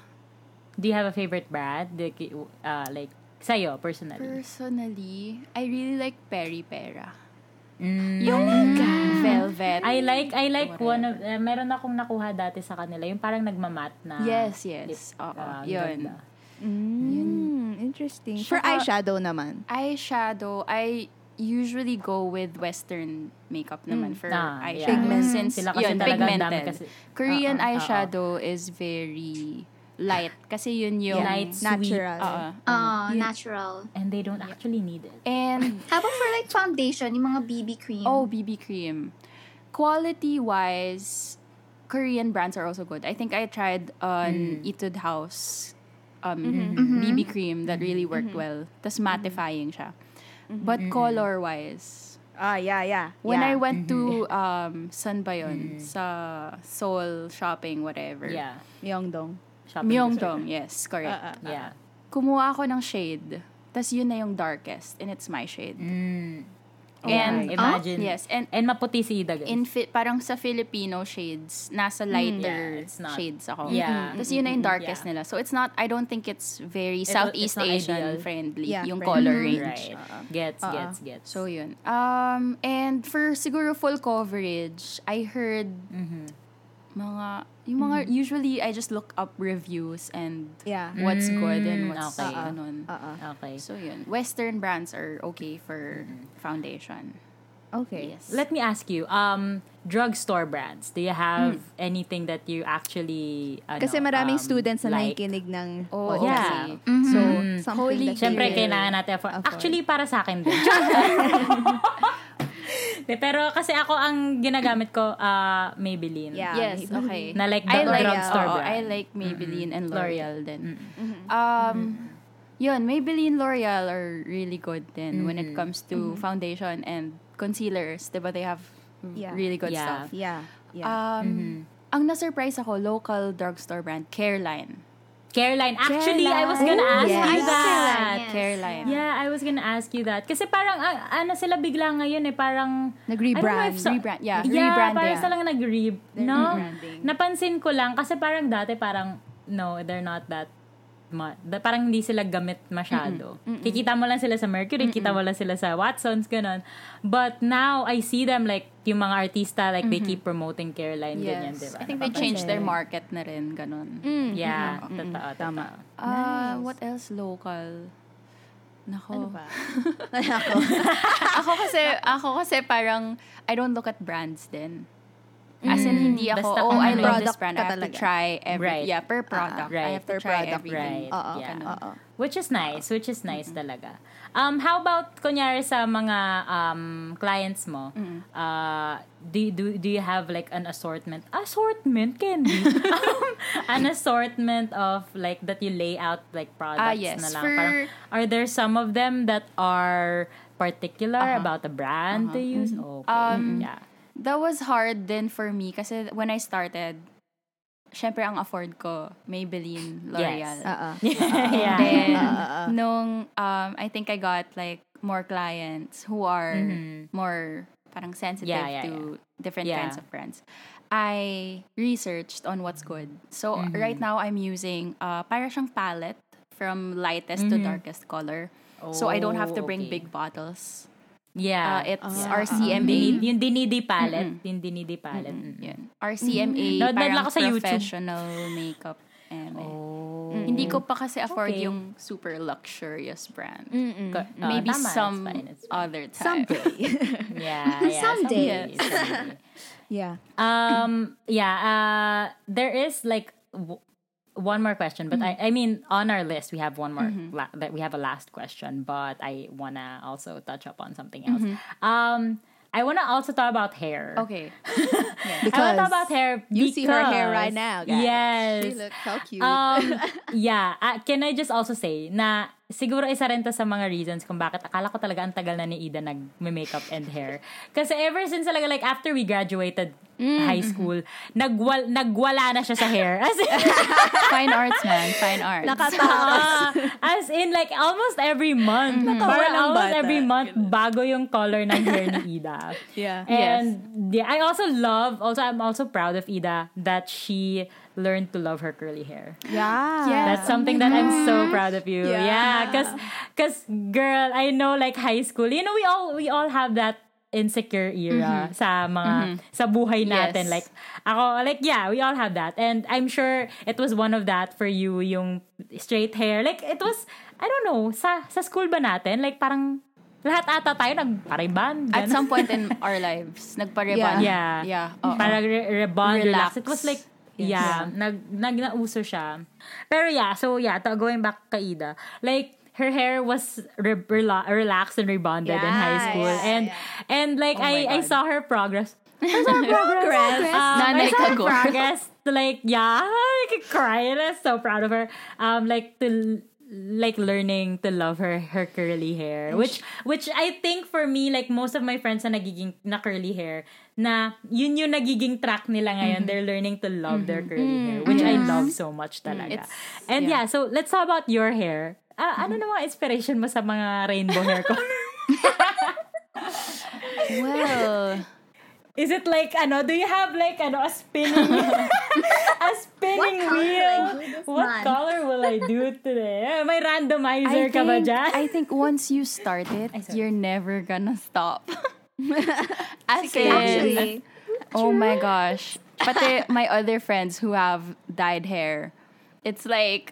C: Do you have a favorite brand? Like, Uh, like, sa'yo, personally?
D: Personally, I really like Peri Pera. Yung velvet.
C: Mm. I like I like one of eh, meron akong nakuha dati sa kanila yung parang nagmamat na.
D: Yes, yes. Oo,
C: Ah, ang
D: yun.
C: ganda.
B: Mm, interesting. For
D: Saka-
B: eyeshadow naman.
D: Eyeshadow, I usually go with western makeup naman for
C: Ah, yeah.
D: eyeshadow.
C: Pigment.
D: Since,
C: Sila kasi
D: yun,
C: talaga ang dami
D: pigmented.
C: kasi- Ah,
D: Korean
C: Oo, oo.
D: eyeshadow is very light. Kasi yun yung...
C: Light, sweet.
B: Natural.
D: Oo.
A: Oh, natural.
C: And they don't actually need it.
D: and,
A: How about for like foundation, yung mga BB cream?
D: oh, BB cream.
C: Mm.
D: Quality-wise, Korean brands are also good. I think I tried on Etude House um,
C: Mm-hmm.
D: BB cream that really worked well. Tas mattifying siya.
C: Mm-hmm.
D: But color-wise,
B: Ah, yeah, yeah.
D: when
B: yeah.
D: I went to
C: Mm-hmm.
D: um, San ba yun? Sa Seoul shopping, whatever.
C: Yeah. Uh-uh.
B: Myeongdong.
C: Shopping
D: Myeongdong, yes, correct.
C: district. Yeah.
D: Kumuha ako ng shade. Tapos yun na yung darkest. And it's my shade. And,
C: Mm. Imagine.
D: yes, and
C: And maputi si Ida. guys.
D: in fi- parang sa Filipino shades, nasa lighter
C: Hmm. Yeah, it's not-
D: shades ako.
C: Yeah.
D: Tapos yun na yung darkest
C: Yeah.
D: nila. So it's not, I don't think it's very
C: It'll-
D: Southeast
C: it's not
D: Asian
C: ideal. Mm-hmm.
D: friendly,
B: Yeah,
D: yung
B: friendly.
D: color range.
C: Mhm.
D: Uh-huh.
C: Right. Gets, gets, gets.
D: So yun. Um, and for siguro full coverage, I heard
C: Mm-hmm.
D: mga, yung mga, usually I just look up reviews and
B: Yeah. Uh-uh.
D: what's good and what's
C: Mm, okay.
D: ganun.
C: okay.
D: So yun. Western brands are okay for
C: Mm-hmm.
D: foundation.
B: Okay.
D: Yes.
C: Let me ask you, um, drugstore brands, do you have
D: Hmm.
C: anything that you actually, ano,
B: Kasi maraming
C: um,
B: students na
C: like?
B: nakikinig ng
D: Oh,
B: podcast.
C: yeah.
A: Mhm.
B: So, something
D: Holy
B: that
C: Siyempre,
B: you-
C: kailangan natin afford.
B: Afford.
C: Actually, para sa akin din. De, pero kasi ako ang ginagamit ko, uh, Maybelline.
B: Yeah.
D: Yes,
B: Maybelline.
D: okay.
C: Na like the
D: I like,
C: drugstore
D: oo,
C: brand.
D: I like Maybelline and L'Oreal din. Um, yun, Maybelline, L'Oreal are really good then when it comes to foundation and concealers. Diba they have
B: Yeah.
D: really good
C: Yeah. Mm-hmm.
D: stuff.
B: Yeah. Yeah.
D: Um, Ang na-surprise ako, local drugstore brand, Careline.
C: Careline. Actually, I was gonna
B: Careline.
C: ask
B: Yes.
C: you
B: Yes.
C: that.
A: Yes.
D: Careline.
C: Yeah, I was gonna ask you that. Kasi parang, ah, ano sila bigla ngayon eh, parang... I
B: Nag-rebrand.
C: don't know if sa-
D: Rebrand, yeah.
C: Yeah,
D: Rebrand,
C: parang
D: yeah.
C: sila nga nag-re... No?
B: rebranding.
C: Napansin ko lang, kasi parang dati parang, no, they're not that much. parang hindi sila gamit masyado. Kikita mo lang sila sa Mercury, kita mo lang sila sa Watsons, ganun. But now, I see them like, yung mga artista, like, they keep promoting Caroline, ganyan,
D: Mm-hmm. Yes.
C: diba?
D: I think Mm-hmm. they changed their market na rin, ganun.
C: Yeah, totoo, tama.
D: Ah, What else local? Nako.
C: Ano
B: Ako.
D: ako kasi, ako kasi parang, I don't look at brands din. As in, hindi ako,
C: Mm. Basta
D: oh,
C: kung
D: I
C: ano
D: love
B: yung
D: this
B: product
D: brand. I
B: ka
D: have to
B: talaga."
D: try every,
C: Right. Ah,
D: yeah, per product. I
C: right,
D: have to
C: per
D: try
C: product,
D: everything. Uh-uh,
C: right. Uh-uh.
B: Oo.
C: Ganun.
B: Oo.
C: Which is nice, which is nice talaga. Um, how about kunyari sa mga um, clients mo?
D: Mm.
C: Uh, do, do, do you have like an assortment? Assortment can be. um, an assortment of like that you lay out like products
D: Ah, yes.
C: na lang.
D: For-
C: Parang, are there some of them that are particular
D: Uh-huh.
C: about the brand they use?
D: Mm-hmm.
C: Okay.
D: Um,
C: yeah.
D: That was hard din for me kasi when I started, syempre ang afford ko, Maybelline, L'Oreal.
B: Oo.
C: yeah.
D: Then,
C: ah,
D: nung, um, I think I got like more clients who are more parang sensitive
C: Mm-hmm. Yeah, yeah,
D: to different
C: Yeah.
D: kinds of brands. I researched on what's good. So,
C: Mm-hmm.
D: right now, I'm using uh, para siyang palette from lightest to darkest color. so, I don't have to
C: Mm-hmm. Oh,
D: bring
C: okay.
D: big bottles.
C: Yeah.
D: Uh,
C: Ah. Mm-hmm.
D: it's
C: Dini-
D: RCMA.
C: yung dinidi palette. Yung dinidi palette. mm.
D: Yun. RCMA,
C: Nanood na
D: parang
C: Mm-hmm. ako sa YouTube. Oh.
D: professional makeup. And, Hindi ko pa kasi afford yung super luxurious brand.
C: Ko- oh,
D: Maybe
C: tama, it's
D: some
C: fine, it's fine.
D: other time.
C: Yeah, yeah.
A: Someday.
C: someday.
B: Yeah.
C: um, yeah, uh, there is like w- one more question, but
B: Mm-hmm.
C: I, I mean, on our list, we have one more, la- that we have a last question, but I wanna also touch up on something else.
B: Mm-hmm.
C: Um, I wanna also talk about hair.
D: Okay.
C: I wanna
B: Because
C: talk about hair.
B: you see her hair
C: because-
B: right now, guys.
C: Yes.
B: She looks so cute.
C: Um, yeah. ah, can I just also say na siguro isa rin to sa mga reasons kung bakit akala ko talaga ang tagal na ni Ida nag-makeup and hair. Kasi ever since talaga like after we graduated
B: Mm.
C: high school, nagwal nagwala na siya sa hair. As in,
D: Fine arts, man. Fine arts.
C: Ah, as in like almost every month.
B: Mm.
C: Parang
B: ng
C: almost
B: bata.
C: every month bago yung color ng hair ni Ida.
B: Yeah.
C: And yeah, I also love also I'm also proud of Ida that she learned to love her curly hair.
B: yeah.
C: That's something that I'm so proud of you.
B: Yeah.
C: Yeah, cause, cause, girl, I know like high school. You know, we all we all have that insecure era sa mga sa buhay natin.
D: Yes.
C: Like ako, like yeah, we all have that, and I'm sure it was one of that for you. Yung straight hair, like it was. I don't know sa sa school ba natin? Like parang lahat ata tayo nagpariban.
D: At
C: ganun.
D: some point in our lives, nagpa-rebond.
C: Yeah.
D: Yeah. oo.
C: Para re- rebond, relax.
D: Relax.
C: It was like, yeah, nag, nag nauso siya. Pero yeah, so yeah, to, going back kay Ida, like, her hair was re- rela- relaxed and rebonded in high
B: Yeah,
C: school.
B: yeah,
C: and, and like, I, I saw her progress. I saw her progress. Um,
D: Nanay
C: I saw her
D: Kagor.
C: progress to like yeah, I could cry. I'm so proud of her. Um, like to like learning to love her her curly hair, which which I think for me like most of my friends na nagiging na curly hair na yun yung nagiging track nila ngayon. They're learning to love their curly hair, which I love so much talaga. And yeah. so let's talk about your hair. Ah, Ano na mga inspiration mo sa mga rainbow hair color?
D: Well,
C: Is it like ano? Do you have like ano a spinning a spinning
A: color will
C: wheel?
A: I do this
C: What
A: month?
C: color will I do today? Eh, May randomizer
D: I
C: ka ba
D: think,
C: dyan?
D: I think once you start it, you're never gonna stop. As in,
A: Actually,
D: oh my gosh. Pati my other friends who have dyed hair, it's like,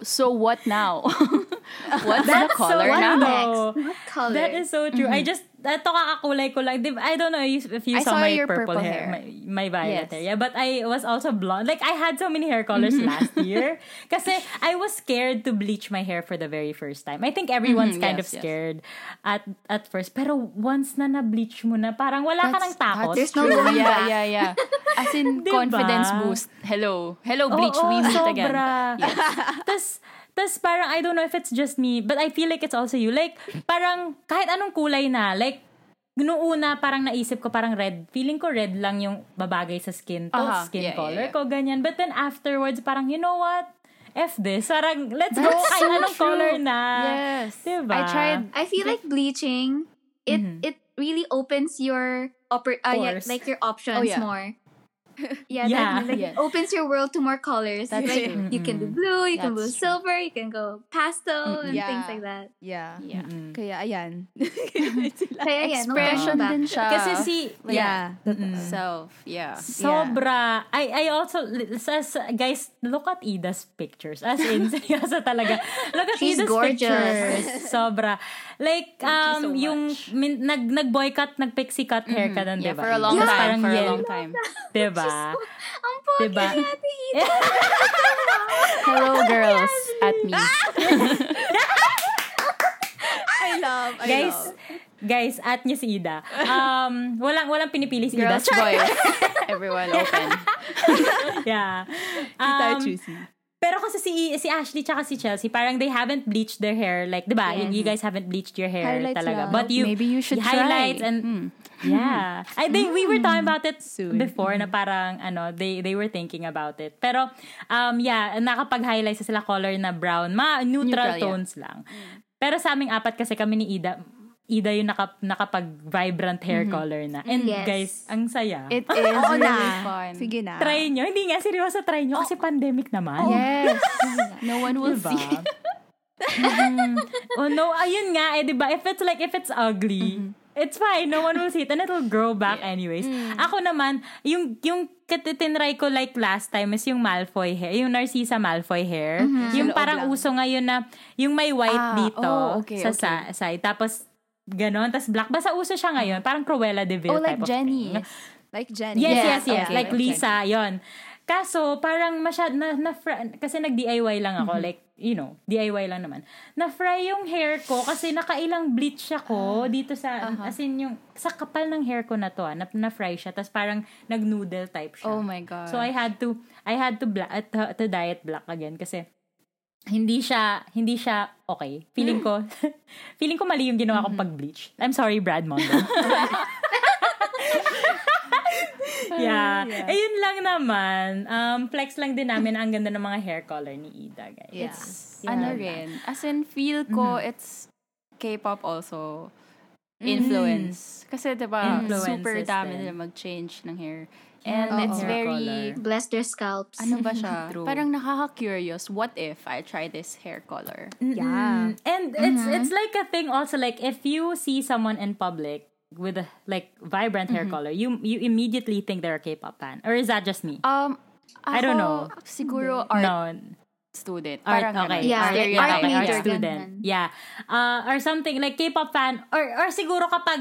D: so what now? What's the color
C: so
D: now?
C: ano.
A: next? What color?
C: Oh, That is so true. I just ito kakakulay ko lang. Di ba- I don't know if if
D: Mm-hmm.
C: you
D: I
C: saw,
D: saw
C: my
D: your purple
C: purple, hair,
D: hair.
C: My, my
D: Yes.
C: violet hair. Yeah, but I was also blonde. Like I had so many hair colors
D: Mm-hmm.
C: last year kasi I was scared to bleach my hair for the very first time. I think everyone's
D: Mhm,
C: kind
D: yes,
C: of
D: yes.
C: scared at at first. Pero once na na bleach mo na, parang wala ka ng takot.
A: There's no going
D: yeah,
A: back.
D: yeah, yeah. As in
C: Diba?
D: confidence boost. Hello. Hello, bleach.
C: Oo,
D: we meet again.
C: sobra. tas, tas parang, I don't know if it's just me, but I feel like it's also you. Like, parang kahit anong kulay na, like, noong una, parang naisip ko parang red. Feeling ko red lang yung babagay sa skin to,
D: Aha,
C: skin
D: yeah, yeah,
C: color
D: yeah.
C: ko, ganyan. But then afterwards, parang, you know what? F this. Parang, let's go kahit anong color na.
D: Yes.
C: Diba?
D: I tried
A: I feel like bleaching it it really opens your oppor- uh, yeah,
C: Pores.
A: like your options
D: Oh, yeah.
A: more. Yeah,
C: Yeah.
A: That, like,
D: Yes.
A: opens your world to more colors.
D: That's
A: like
D: true.
A: you can do blue, you can do
D: That's true.
A: silver, you can go pastel and
B: Yeah.
A: things like that.
B: Yeah.
D: Yeah.
B: Kaya, ayan.
A: Kaya yan, no
D: expression
A: turning back.
D: din siya.
C: Kasi si,
B: yeah.
D: self, yeah.
C: Sobra. I I also sa, sa- guys, look at Ida's pictures. As in seryoso talaga. Look at
A: She's
C: Ida's
A: gorgeous.
C: pictures. Sobra. Like um yung min, nag nag boycott, nag pixie cut hair ka nun,
D: Mm-hmm. Yeah,
C: diba?
D: for a long
C: Tapos
D: time.
C: Parang
D: For a
C: yellow,
D: long time.
C: Diba?
A: Ang pogi
C: Diba?
A: natin ito.
D: Hello, girls. At me.
B: I love, I
C: guys,
B: love.
C: guys, at niya si Ida. Um walang walang pinipili si Ida.
D: Girls, boys. Everyone open.
C: Yeah.
B: Hindi tayo
C: Um,
B: choosy.
C: Pero kasi si E, si Ashley tsaka si Chelsea, parang they haven't bleached their hair. Like, di ba? You, you guys haven't bleached your hair
B: Highlights
C: talaga.
B: lang.
C: But you,
D: Maybe you should
C: highlights
D: try. Mm.
C: and yeah. I think we were talking about it before na parang ano, they they were thinking about it. Pero um yeah, nakapag-highlight sa sila color na brown, ma neutral,
D: Neutral, yeah.
C: tones lang. Pero sa aming apat kasi kami ni Ida, Ida yung naka, nakapag-vibrant hair color na. And
A: Yes.
C: guys, ang saya.
D: Mm-hmm. It is really fun.
B: Sige na.
C: try nyo. Hindi nga, seryoso, try nyo.
D: Oh.
C: Kasi pandemic naman.
D: Yes. no one will
C: Diba?
D: see.
C: Mm. oh no, ayun nga eh, 'di ba? If it's like if it's ugly,
D: Mm-hmm.
C: it's fine. No one will see it and it'll grow back anyways.
D: Mm.
C: Ako naman, yung yung katitinry ko like last time is yung Malfoy hair, yung Narcissa Malfoy hair. Yung parang uso ngayon na yung may white
D: Mm-hmm. Ah,
C: dito
D: oh, okay,
C: sa sa side tapos ganon, tapos black. Basta uso siya ngayon. Parang Cruella de
D: Oh,
C: Vil
D: like
C: type of
D: Jenny.
C: thing.
B: Like Jenny.
C: Yes,
D: Yeah,
C: yes, yes.
D: okay,
C: like
D: okay.
C: Lisa, yon. Kaso, parang masyad na, na fry, kasi nag-DIY lang
D: Mm-hmm.
C: ako, like, you know, DIY lang naman. Na-fry yung hair ko kasi nakailang bleach
D: Ah.
C: ako dito sa,
D: Uh-huh.
C: as in yung, sa kapal ng hair ko na to, ah, na, na-fry siya, tapos parang nag-noodle type siya.
D: Oh my God.
C: So, I had to, I had to, bla- uh, to, to diet black again kasi, hindi siya, hindi siya okay. Feeling ko, feeling ko mali yung ginawa kong pag-bleach. I'm sorry, Brad Mondo. yeah. Ayun lang naman. Um, flex lang din namin ang ganda ng mga hair color ni Ida, guys.
D: It's ano rin. As in, feel ko it's K-pop also Mm-hmm. influence. Kasi diba,
C: Influences
D: super dami
C: din.
D: nila mag-change ng hair. And
B: Oo.
D: it's
C: Hair
D: very,
C: color.
A: Bless their scalps.
D: ano ba siya?
C: True.
D: Parang nakaka-curious. What if I try this hair color?
C: Yeah. Mm-hmm. And it's it's like a thing also like if you see someone in public with a like vibrant hair color, you you immediately think they're a K-pop fan. Or is that just me?
D: Um,
C: I don't know.
D: ako Siguro
C: Uh,
D: art
C: no.
D: student.
C: Art,
D: Parang ganun.
C: okay.
A: Yeah,
C: Art,
A: stereotype.
C: yeah,
D: Stereotype.
A: Art
C: okay,
A: major,
C: art student.
A: ganun.
C: Yeah. Uh, or something like K-pop fan. Or, or siguro kapag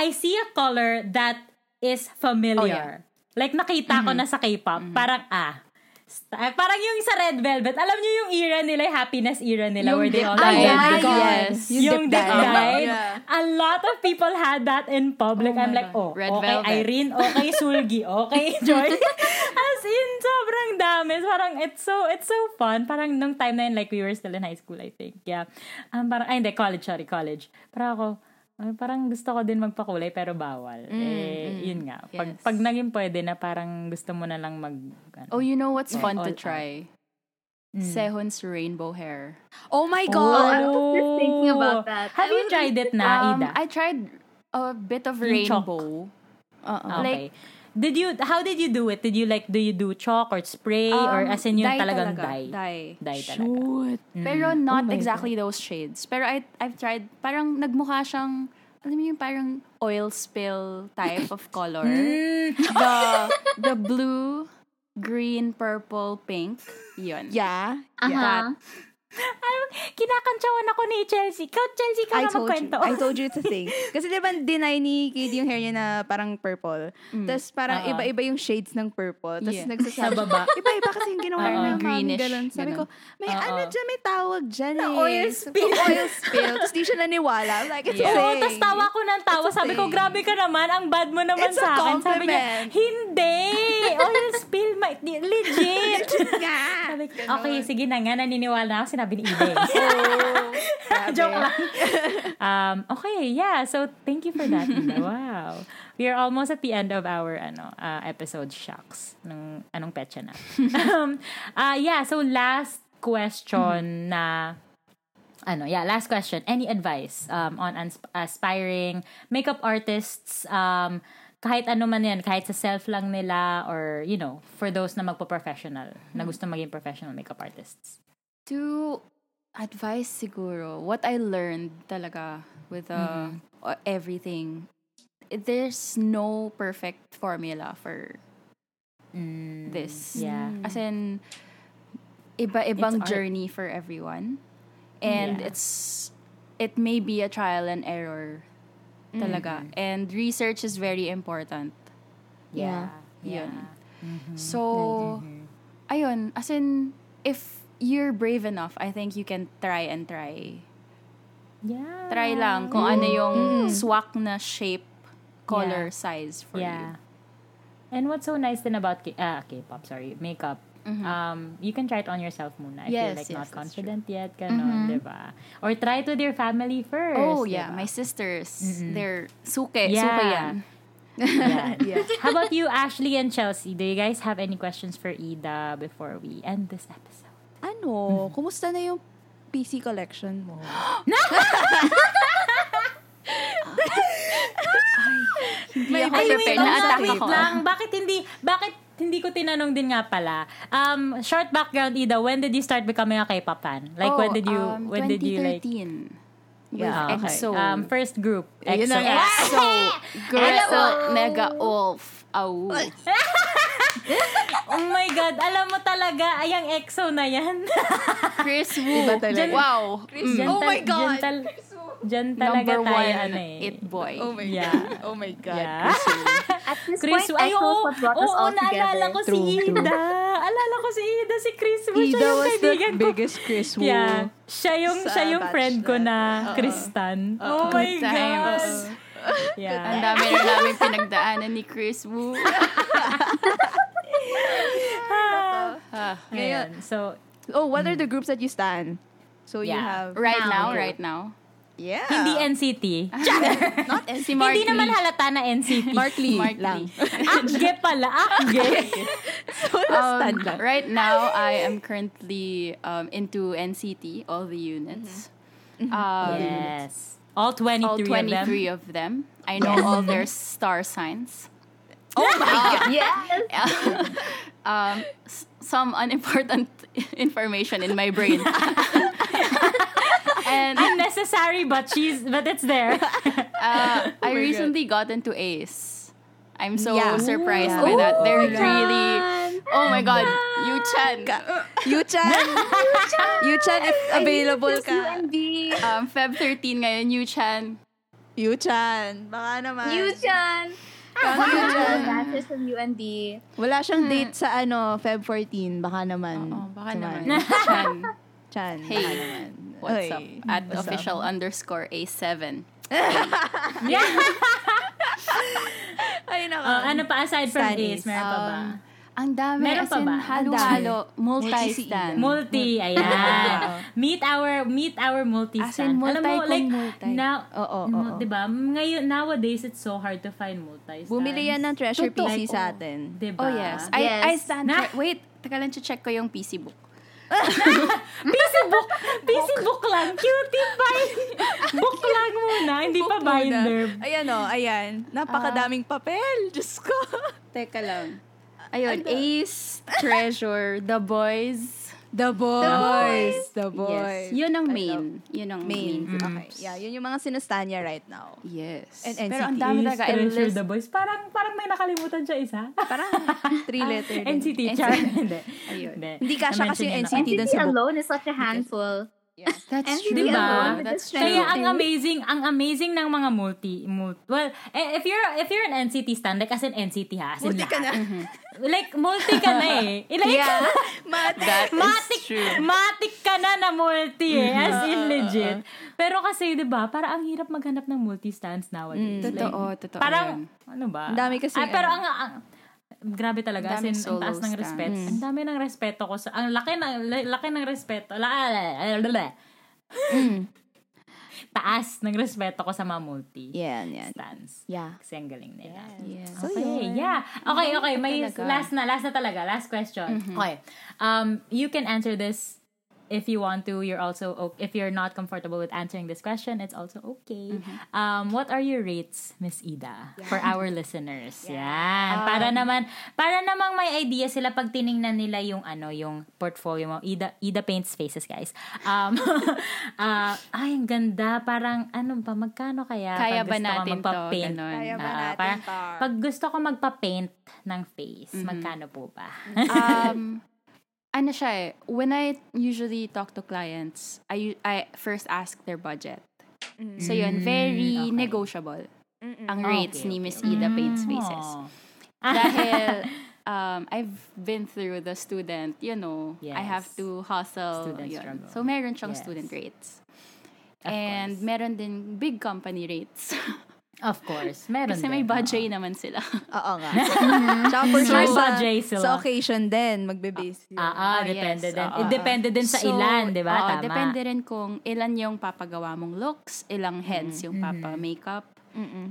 C: I see a color that is familiar. Like nakita ko na sa K-pop. Parang ah. st- ah, parang yung sa Red Velvet. Alam niyo yung era nila, yung happiness era nila where they all
D: dip
A: dye.
C: died.
A: yeah,
D: yes.
C: Yung, dip dyed.
B: Yeah.
C: A lot of people had that in public. I'm like, oh,
D: Red
C: okay,
D: Velvet.
C: Irene, okay, Sulgi, okay, Joy. As As in, sobrang dami. Parang, it's so, it's so fun. Parang, nung time na yun, like, we were still in high school, I think. Yeah. Um, parang, ay, hindi, college, sorry, college. Parang ako, ay, parang gusto ko din magpakulay, pero bawal. eh, yun nga. Pag,
D: yes.
C: pag naging pwede na, parang gusto mo na lang mag, ano.
D: Oh, you know what's fun
C: all
D: to
C: out.
D: try?
C: Mm.
D: Sehun's rainbow hair.
B: Oh my
A: I
B: God!
A: was just thinking about
C: Oh.
A: that.
C: Have
A: I
C: you
A: was-
C: tried it na,
D: Um,
C: Ida?
D: I tried uh, a bit of
C: Yung chalk.
D: rainbow.
B: Uh-uh.
C: Okay.
D: Like,
C: did you, how did you do it? Did you, like, do you do chalk or spray? or
D: um,
C: as in,
D: dye
C: yung talagang
D: talaga,
C: dye?
D: Dye.
C: Dye talaga.
D: Pero not
C: my
D: exactly those shades. Pero I, I've tried, parang nagmukha siyang, alam mo yung parang oil spill type of color.
C: Mm.
D: the, the blue, green, purple, pink. Yun.
B: Yeah.
A: Uh-huh.
C: Ay, kinakantsawan ako ni Chelsea. Ikaw, Chelsea, ka
B: I
C: na
B: told you.
C: magkwento.
B: I told you to think. Kasi di ba deny ni Katie yung hair niya na parang purple. Tapos parang
C: Oo.
B: iba-iba yung shades ng purple. Tapos
D: Yeah.
C: Mm. Uh-uh. Sa
B: nagsasabi.
C: baba. Uh-uh.
B: Iba-iba kasi yung ginawa
C: Oo.
B: niya. Parang
D: Greenish,
B: Ganun. Sabi ko,
D: ganun.
B: may
C: Oo.
B: ano dyan, may tawag dyan eh.
C: Uh-uh. oil
B: Sabi
C: spill.
B: ko, oil spill. Tapos di siya naniwala. I'm like, it's
C: Oo,
B: a thing.
C: tapos tawa ko ng tawa.
B: It's a
C: Sabi ko,
B: thing.
C: grabe ka naman. Ang bad mo naman
B: It's a
C: sa akin. Sabi niya,
B: compliment.
C: hindi. Oil spill, my, legit.
B: Nga.
C: Sabi ko, okay, sige na nga, naniniwala na ako. Sinabi ni Ida. Joke lang. um, okay, yeah. So, thank you for that, Ida. Wow. We are almost at the end of our ano uh, episode, shucks. Nung, anong petsa na? um, uh, yeah, so last question na ano, yeah, last question. Any advice um, on ans- aspiring makeup artists? Um, kahit ano man yan, kahit sa self lang nila or, you know, for those na magpo-professional, na gusto maging professional makeup artists.
D: to advice siguro what I learned talaga with
C: Mm-hmm.
D: uh, o- everything there's no perfect formula for
C: Mm,
D: this
C: Yeah.
D: as in iba-ibang
C: It's art.
D: journey for everyone and
C: Yeah.
D: it's it may be a trial and error talaga
C: Mm-hmm.
D: and research is very important
C: Yeah.
D: Yeah.
C: Yeah.
D: so
C: Mm-hmm.
D: ayun as in if you're brave enough I think you can try and try
C: Yeah.
D: Try lang kung
C: Mm.
D: ano yung swak na shape, color, size for
C: yeah. And what's so nice then about K- ah, K-pop, sorry, makeup, um, you can try it on yourself muna if
D: Mm-hmm. Yes,
C: you're like
D: yes,
C: not
D: that's
C: confident yet, ganon, diba? Or try it with your family first.
D: you. Oh, yeah.
C: diba?
D: My sisters, they're suke. Suke yan.
C: Yeah. Yeah. How about you, Ashley and Chelsea? Do you guys have any questions for Ida before we end this episode?
B: Ano, kumusta na yung PC collection mo?
D: May
C: Ay, wait,
D: prepare
C: oh,
D: na attack
C: wait
D: ako.
C: lang. Bakit hindi, bakit hindi ko tinanong din nga pala. Um, short background, Ida, when did you start becoming a K-pop fan? Like, when did you,
D: um,
C: when did you like,
D: 2013.
C: Ah, okay.
D: EXO.
C: Um, first group, EXO.
B: Yun na nga.
D: So, Grisel, Mega Wolf. Au.
C: Oh my God, alam mo talaga, ay ang EXO na yan.
D: Chris Wu.
B: Iba talaga.
D: Wow.
C: Diyan
B: Oh
C: tal-
B: my God.
C: diyan tal- diyan talaga
D: Number
C: tayo,
D: one,
C: ano eh.
D: it boy.
E: Oh my
C: Yeah.
E: god. Oh my god.
C: Yeah.
A: At this
C: Chris,
A: point, I
C: ay, oo,
A: hope what brought us
C: oo,
A: all
C: naalala
A: together.
C: ko si Ida. Alala ko si Ida, si Chris Wu. siya
E: Ida
C: yung
E: was the
C: kaibigan ko.
E: biggest Chris Wu.
C: Yeah. Siya yung,
E: sa
C: siya yung
E: batch
C: friend ko
E: natin.
C: na
E: Oo.
C: Kristan. Oh my
D: Good
C: God.
D: times. Ang
C: Yeah.
D: dami na namin pinagdaanan ni Chris Wu. Ah,
C: Ngayon. So,
B: Oh, what are the groups that you stand? So you
C: Yeah.
B: have...
D: right now,
A: Now.
D: right now.
E: Yeah.
B: Ah.
C: hindi NCT.
D: Si Mark
C: Hindi naman
D: Lee.
C: halata na NCT.
B: Mark Lee
D: Mark
B: lang.
D: Lee.
C: Akge pala, akge.
D: Um, right now, I am currently um, into NCT, all the units. Um,
C: Yes. Mm-hmm. All 23,
D: All 23 of
C: of them.
D: them. I know all their star signs.
A: Yes.
D: Um, s- some unimportant information in my brain. and
C: Unnecessary, but she's but it's there.
D: uh, I recently got into Ace. I'm so
B: Yeah.
D: surprised
B: Yeah.
D: by that. They're
B: my
D: really. Oh my god, you Chan.
B: Yuchan! Yuchan, if available
A: Just you
B: ka.
A: and B.
D: Um, Feb 13 ngayon, you Chan.
B: Yuchan, baka naman.
A: You, Chan.
C: Ah!
A: Wow. Dancers from UNB.
B: Wala siyang date sa ano, Feb 14, baka naman.
D: Oh, baka
B: Tuman.
D: naman. Chan.
B: Chan,
D: Hey.
B: baka naman.
D: What's
B: Oy.
D: up? At official underscore A7.
C: yeah.
B: Ay, naka.
C: Uh, ano pa aside from
B: Studies.
C: Ace, meron pa ba?
D: Um, Ang dami.
C: Meron
D: as
C: pa
D: in,
C: ba?
D: Halo-halo. E. Multi-stand.
C: Multi, ayan. meet our meet our multi
D: As in,
C: stand. Alam mo,
D: multi kung
C: like,
D: multi.
C: now,
B: Oo,
C: mo-
B: oo.
C: diba? Ngayon, nowadays, it's so hard to find multi stands.
B: Bumili yan ng treasure
D: Totoo.
B: PC sa atin.
C: Diba?
D: Oh, yes. I,
A: Yes.
D: I stand.
C: Na-
D: for- wait, teka lang, check ko yung PC book.
C: PC book. PC book lang. Cutie pie. book lang muna. Hindi pa
B: Book muna.
C: binder.
B: Ayan o, ayan. Napakadaming papel. Diyos ko.
D: Teka lang. Ayun, Ace, Treasure, The Boys.
B: The boys. Mm-hmm. The
D: Yes. Yun ang main. Yun ang main.
B: Okay. Yeah, yun yung mga sinastan niya right now.
D: Yes.
B: And
D: Pero ang
B: NCT
D: dami
C: Is
D: talaga. I
C: Treasure
D: list-
C: the boys. Parang, parang may nakalimutan siya isa. Ah,
B: Parang three letter. din.
C: NCT. Char. Hindi.
D: Ayun.
B: Hindi kasha kasi yung NCT
C: Na-mention niya
A: NCT
C: na.
B: dun sa book.
A: alone is such a handful.
D: That's
A: NCT
D: true.
C: alone
A: with
D: That's
A: the
D: true.
C: Kaya ang amazing, ang amazing ng mga multi, multi well, eh, if you're if you're an NCT stan, like as an NCT ha, as in
B: Multi ka
C: lahat.
B: na.
C: Like multi ka na eh. Eh, Like,
B: Mat.
D: That
C: matik,
D: is true.
C: matik ka na na multi eh. As in
B: Mm-hmm.
C: legit.
B: Uh-huh.
C: Pero kasi, di ba, para ang hirap maghanap ng multi stands
B: Mm.
C: nowadays. Like,
D: Totoo, totoo.
C: Parang,
D: yun.
C: ano ba?
B: Ang dami kasi,
C: Ah, pero
B: ano.
C: ang, ang- grabe talaga. As
D: Daming
C: in, ang
D: solo
C: taas ng
D: stands.
C: respeto.
B: Mm.
C: Ang dami ng respeto ko sa, ang laki ng, la- laki ng respeto. La, la, la, la, la.
B: Mm.
C: Taas ng respeto ko sa mga multi
B: Yan, yan.
C: stands.
B: Yeah.
C: Kasi ang galing nila.
D: Yes.
C: So, okay, yeah. Okay, okay. May
D: talaga.
C: last na, last na talaga. Last question. Okay. Um, you can answer this if you want to. You're also, o- if you're not comfortable with answering this question, it's also okay. Um, what are your rates, Miss Ida, for our listeners? Yan.
D: Um,
C: Para naman, para namang may idea sila pag tiningnan nila yung ano, yung portfolio mo. Ida, Ida paints faces, guys. Um, ah, ay, ang ganda. Parang, ano ba, magkano kaya?
D: Kaya ba
C: pag gusto ka
D: natin to?
C: magpa-paint?
D: Ganon.
E: Kaya ba
C: Ah,
E: natin
C: parang,
E: to?
C: Pag gusto ko magpa-paint ng face,
D: Mm-hmm.
C: magkano po ba?
D: um, ano siya eh, when I usually talk to clients, I, I first ask their budget. So yun, very
C: Mm, okay.
D: negotiable ang rates
C: Okay,
D: ni Miss Ida Paints Faces.
C: Oh.
D: Dahil um, I've been through the student, you know, I have
C: Yes.
D: to hustle.
C: Student
D: yun.
C: struggle.
D: So meron siyang
C: Yes.
D: student rates.
C: Of
D: And
C: course.
D: meron din big company rates.
C: Of course. Meron
D: Kasi may
C: din,
D: budget naman sila.
B: Oo nga.
C: Mm-hmm.
B: Tsaka for
C: So,
B: sure sa,
C: budget sila.
B: sa occasion din, magbe-base.
C: oo. Ah, ah,
D: Ah,
C: depende
D: yes,
C: din.
D: oo.
C: It depende din sa
D: So,
C: ilan, di ba?
D: oo,
C: Tama.
D: Depende rin kung ilan yung papagawa mong looks, ilang heads yung
C: Mm-hmm.
D: papa makeup,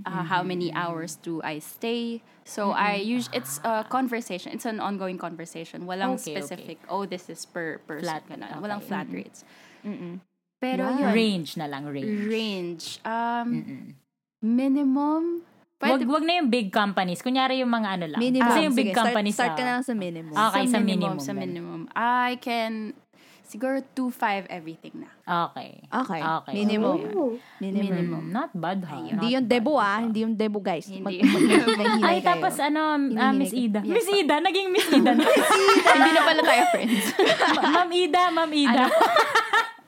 D: uh, how many hours do I stay. So I usually it's a conversation. It's an ongoing conversation. Walang
C: Okay, okay.
D: specific. Oh, this is per person.
C: Flat,
D: ganun.
C: okay.
D: Walang flat rates. Pero yun,
C: Range na lang, range.
D: range. Um, minimum.
C: Wag,
D: Pwede,
C: wag na yung big companies. Kunyari yung mga ano lang.
B: Minimum.
C: Kasi yung big
B: Sige, start-
C: companies
B: Start,
C: ah.
B: ka na lang sa minimum.
C: Okay, sa minimum.
D: Sa
C: ganun.
D: minimum. I can siguro 2-5 everything na.
C: Okay.
B: Okay.
C: Okay.
B: Minimum. Minimum.
C: Minimum. Not bad, ha?
B: Hindi
C: Not
B: yung
C: bad.
B: debo ah. Hindi yung debo guys.
D: Hindi.
B: Mag-
C: Ay, tapos ano, ah, Miss Ida.
D: Yes.
C: Miss Ida, naging Miss Ida. na. ah.
D: Hindi na pala tayo friends.
C: Ma- Ma'am Ida, Ma'am Ida.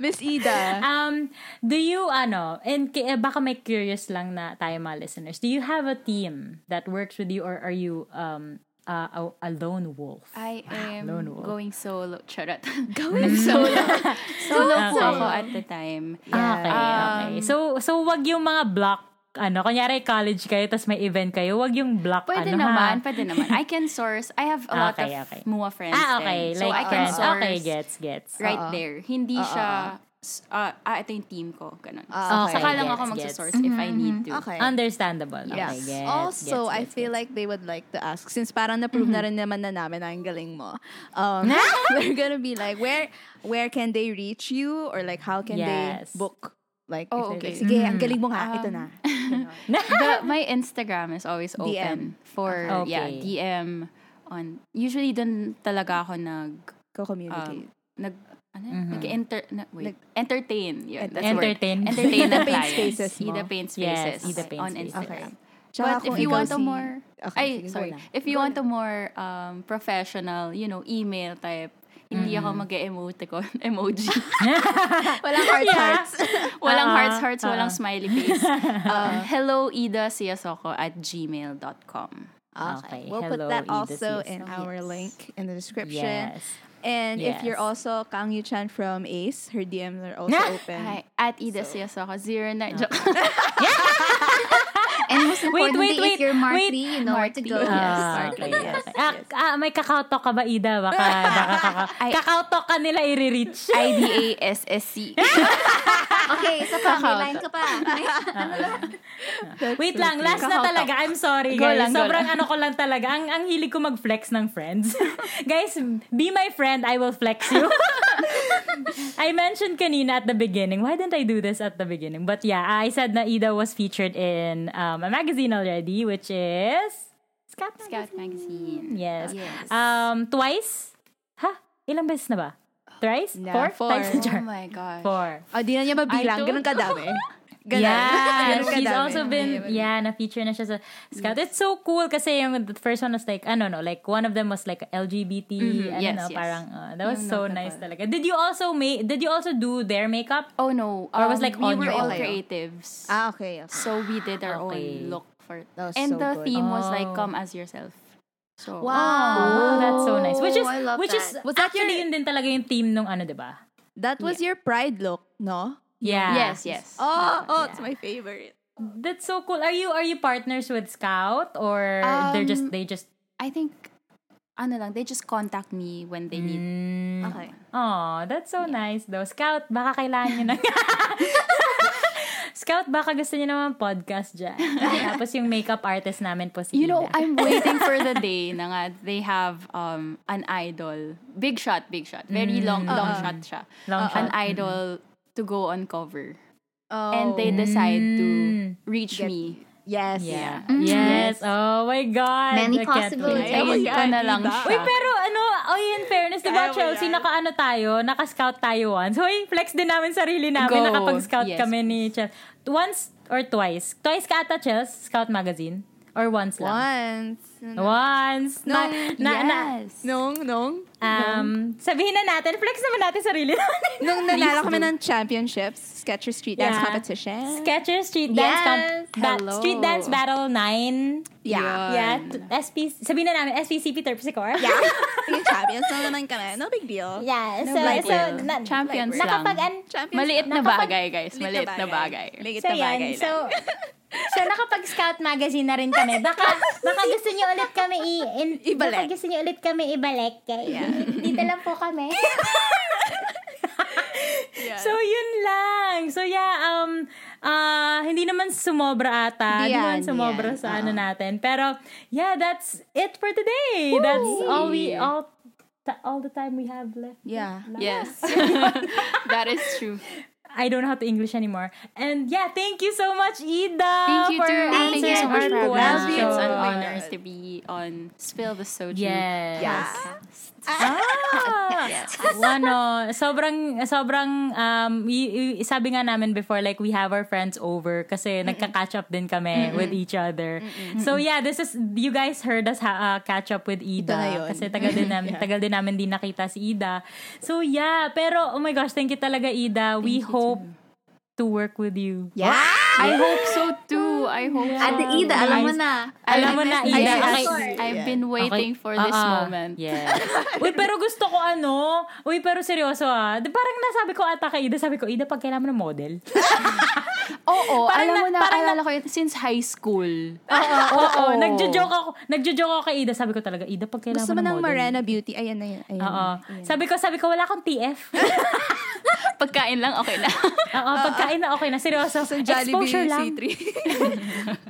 B: Miss Ida.
C: um, do you, ano, and ki- eh, baka may curious lang na tayo mga listeners, do you have a team that works with you or are you um uh, a, a lone wolf?
D: I am
C: lone wolf.
D: going solo. Charot. Going
C: Mm.
D: solo. solo po
C: Okay.
D: ako at the time.
C: Ah, Okay,
D: um,
C: okay. So, so wag yung mga block, ano, kunyari college kayo, tas may event kayo, wag yung block,
D: Pwede
C: ano,
D: naman,
C: ha?
D: pwede naman. I can source. I have a lot
C: Okay,
D: of
C: okay.
D: MUA friends
C: Ah, okay.
D: din.
C: Like
D: so I can
C: friends.
D: source
C: Okay, gets, gets.
D: right there. Hindi siya, s- ah, ah, ito yung team ko. Ganun.
B: Ah, mm-hmm.
C: okay.
D: Saka lang
C: Gets,
D: ako
C: gets.
D: magsasource if I need to.
B: Okay.
C: Understandable.
B: Yes.
C: Okay, gets,
B: also,
C: gets,
B: I
C: gets,
B: feel
C: gets.
B: like they would like to ask since parang na-prove na
D: Mm-hmm.
B: rin naman na namin na ang galing mo. Um, we're gonna be like, where where can they reach you or like how can
C: Yes.
B: they book? Like,
D: Oh,
B: if they're
D: okay. Um,
B: like, sige, ang galing mo nga, ito na.
D: The- my Instagram is always open for
C: Okay.
D: yeah, DM on usually dun talaga ako nag
B: Ko-communicate.
D: nag ano yun? nag-enter na, wait entertain yun that's the word.
C: Mm-hmm. Entertain.
D: entertain
B: Ida
D: the
B: Paints
D: clients.
B: Faces mo.
D: Ida Paints
C: Yes,
D: Faces
C: Ida Paints
D: on
C: Faces.
D: Instagram
C: uh,
B: Tsaka
D: but if
B: kung
D: you
B: ikaw
D: want a
B: si-
D: more
B: Okay,
D: ay
B: sige, go
D: sorry
B: lang.
D: if you want a more um, professional you know email type hindi ako
B: Mm-hmm.
D: mag-emoticon emoji
B: Walang heart hearts.
D: walang hearts hearts walang smiley face um, hello ida siasoko at gmail.com
C: Okay,
B: We'll put
C: hello, E
B: that
C: Ida
B: also
C: Cis.
D: Oh,
B: in our link in the description.
C: Yes.
B: And if you're
C: Yes.
B: also Kang Yu Chan from Ace, her DMs are also open.
D: Hi, at Ida so, Siasoko, zero nine. Joke.
A: And most
C: Wait,
A: importantly,
C: wait, wait,
A: if you're Mark
C: wait.
A: Lee, you know where to go. yes.
C: Ah, okay, yes. Ah, ah, may kakao talk ka ba, Ida? Baka, baka kakao, kakao talk ka nila i-reach.
D: I-D-A-S-S-C.
A: Okay, sa family line ka pa.
C: Wait lang, last na talaga. I'm sorry,
D: Go
C: guys.
D: lang, go
C: Sobrang ano ko lang talaga. Ang, ang hilig ko mag-flex ng friends. guys, be my friend. I will flex you. I mentioned kanina at the beginning. Why didn't I do this at the beginning? But yeah, I said na Ida was featured in um, a magazine already, which is... Scout magazine.
D: Scout magazine.
C: Yes.
D: Yes.
C: Um, twice? Ha? Ilang beses na ba? Thrice?
B: Yeah,
C: four?
B: four.
C: Times a
D: Oh
C: jar.
D: my gosh.
C: Four.
B: Oh, di na niya
D: I
B: mabilang.
D: don't
B: Ganun kadami. Ganun.
C: Yeah,
B: Ganun
C: she's
B: kadami.
C: also been, yeah, na-feature na siya sa Scout. It's so cool kasi yung the first one was like, I don't know, like one of them was like LGBT, I don't
D: Mm-hmm. Yes,
C: know,
D: yes.
C: parang, uh, that was
D: Yung
C: so
D: notable.
C: nice talaga. Did you also make, did you also do their makeup?
D: Oh no.
C: Or was, like,
D: we
C: on
D: were
C: your
D: all
C: own?
D: creatives.
B: Ah, okay. okay.
D: So we did our
C: Okay.
D: own look for
B: That was
D: And
B: so
D: the
B: good.
D: theme was like
C: Oh.
D: come as yourself. So
C: Wow, Oh, that's so nice. Which is,
D: Oh,
A: I love
C: which is
A: that.
B: Was that
C: actually
B: your-
C: yun din talaga yung theme nung ano, diba?
B: That was your pride look, no?
C: Yeah.
D: Yes, yes.
E: Oh, oh, it's my favorite.
C: That's so cool. Are you are you partners with Scout or they're
D: Um,
C: just they just
D: I think ano lang, they just contact me when they need. Mm.
C: Okay. Oh, that's so nice though. Scout, baka kailangan nyo na. Scout, baka gusto nyo naman podcast dyan. Tapos yung makeup artist namin po si
D: You know,
C: Ida.
D: I'm waiting for the day na nga they have um an idol. Big shot, big shot. Very long long shot siya. Uh,
C: Long
D: An
C: shot.
D: idol to go on cover.
B: Oh.
D: And they decide to reach me.
B: Yes.
C: Yeah. Yes. Oh my God.
A: Many
C: I can't
A: possibilities.
C: wait.
D: Ewan
E: yeah,
D: ko na lang
E: diba?
D: siya.
C: Uy, pero ano, oy, in fairness, diba,
E: Kaya mo
C: Chelsea,
E: yan.
C: naka-ano tayo, naka-scout tayo once. Hoy, flex din namin sarili
D: Go.
C: namin, nakapag-scout
D: Yes,
C: kami ni Chelsea. Once or twice. Twice ka ata, Chels, Scout Magazine? Or once lang?
B: Once.
C: Once. Na, na, na,
D: yes.
B: Nung, nung,
C: Um, sabihin na natin, flex naman natin sarili natin.
B: nung nanalo kami ng championships, Skechers Street Dance
C: Yeah.
B: Competition.
C: Sketchers Street Dance
A: Yes.
C: Comp- ba-
D: Hello.
C: Street Dance Battle 9.
B: yeah.
C: Yeah. t- SPC sabihin na namin, SPCP Terpsichore. Yeah.
B: Yung champions na naman kami. No big deal.
C: Yeah. So,
B: Black
C: so,
D: Well,
C: na-
D: champions lang.
C: nakapag, an-
B: Champions
D: Maliit na
C: Nakapag-
D: bagay, guys. Maliit na bagay.
E: Maliit
C: so,
E: na
C: yan.
E: bagay.
C: So, so, nakapag-scout magazine na rin kami. Baka, baka gusto niyo ulit kami i- in-
B: Ibalik.
C: Baka gusto niyo ulit kami ibalik. Guys. Dito lang po kami. So, yun lang. So, yeah, um, ah, hindi naman sumobra ata. Hindi
B: Hindi
C: naman
B: yan,
C: sumobra
B: hindi yan.
C: sa ano natin. Pero, yeah, that's it for today. That's all we, all, ta- all the time we have left.
B: Yeah.
D: Yes. that is true.
C: I don't know how to English anymore. And yeah, thank you so much, Ida.
D: Thank you,
C: for
D: too. Thank you so much for
C: answering our
D: having me. It's an
C: questions.
D: honor to be on Spill the Soju.
C: Yes.
D: podcast.
C: Ah! ano, sobrang, sobrang, um, y- y- sabi nga namin before, like, we have our friends over kasi nagka-catch up din kami with each other. So, yeah, this is, you guys heard us ha- uh, catch up with Ida.
B: na yun.
C: Kasi tagal din namin, tagal din namin di nakita si Ida. So, yeah, pero, oh my gosh, thank you talaga, Ida. we hope to work with you.
B: Yeah.
D: I hope so too. I hope so.
A: Ate Ida, alam mo na.
C: Alam mo na, Ida.
D: Yes.
C: Okay.
D: I've been waiting for this
C: Ah, ah.
D: moment.
C: Yes. Uy, pero gusto ko ano. Uy, pero seryoso ah. Di- Parang nasabi ko ata kay Ida, sabi ko, Ida, pag kailangan mo ng model.
D: Oo, alam
C: Parang na-
D: mo na,
C: parang na-
D: alala ko yun since high school.
C: Oo,
D: Ah,
C: oo. Nagjo-joke ako. Nagjo-joke ako kay Ida. Sabi ko talaga, Ida, pag kailangan
B: Gusto mo
C: mo ng
B: ng
C: model.
B: Morena Beauty. Ayan na yun. Ayan.
C: Oo.
D: Mm,
C: Sabi ko, sabi ko, wala akong TF.
D: Pagkain lang, okay na. Ah,
C: Oo, pagkain na okay na. Seryoso.
E: Sa Jollibee
C: exposure lang.
E: C3.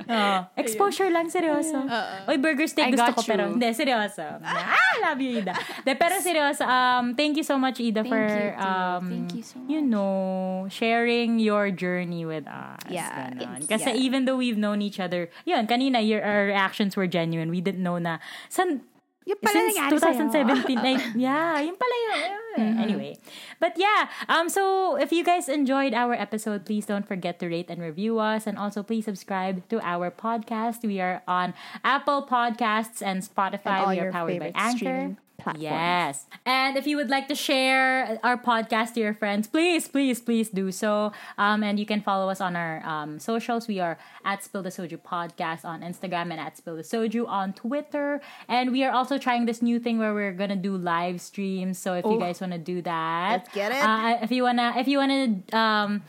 C: Oo. Exposure lang, seryoso. Uy, burger steak
D: Uh-uh. I
C: gusto
D: got
C: ko, pero
D: you.
C: hindi, seryoso. Ah, love you, Ida. De, pero seryoso, um, thank you so much, Ida, for,
D: you, too.
C: um,
D: Thank you so
C: you know, sharing your journey with us.
B: Yeah.
C: Ganon. Kasi even though we've known each other, yun, kanina, your, our reactions were genuine. We didn't know na, san,
B: Yung pala
C: since
B: nangyari sa'yo.
C: 2017,
B: Mm-hmm.
C: like, yeah, yun pala yun. Anyway. But yeah, um, so if you guys enjoyed our episode, please don't forget to rate and review us. And also please subscribe to our podcast. We are on Apple Podcasts and Spotify.
B: And all
C: we are
B: your
C: powered by
B: favorite
C: Anchor.
B: streaming platforms.
C: Yes. And if you would like to share our podcast to your friends, please, please, please do so. Um, and you can follow us on our um, socials. We are at Spill the Soju Podcast on Instagram and at Spill the Soju on Twitter. And we are also trying this new thing where we're gonna do live streams. So if you guys wanna do that,
B: Let's get it.
C: Uh, if you wanna, if you wanna, um.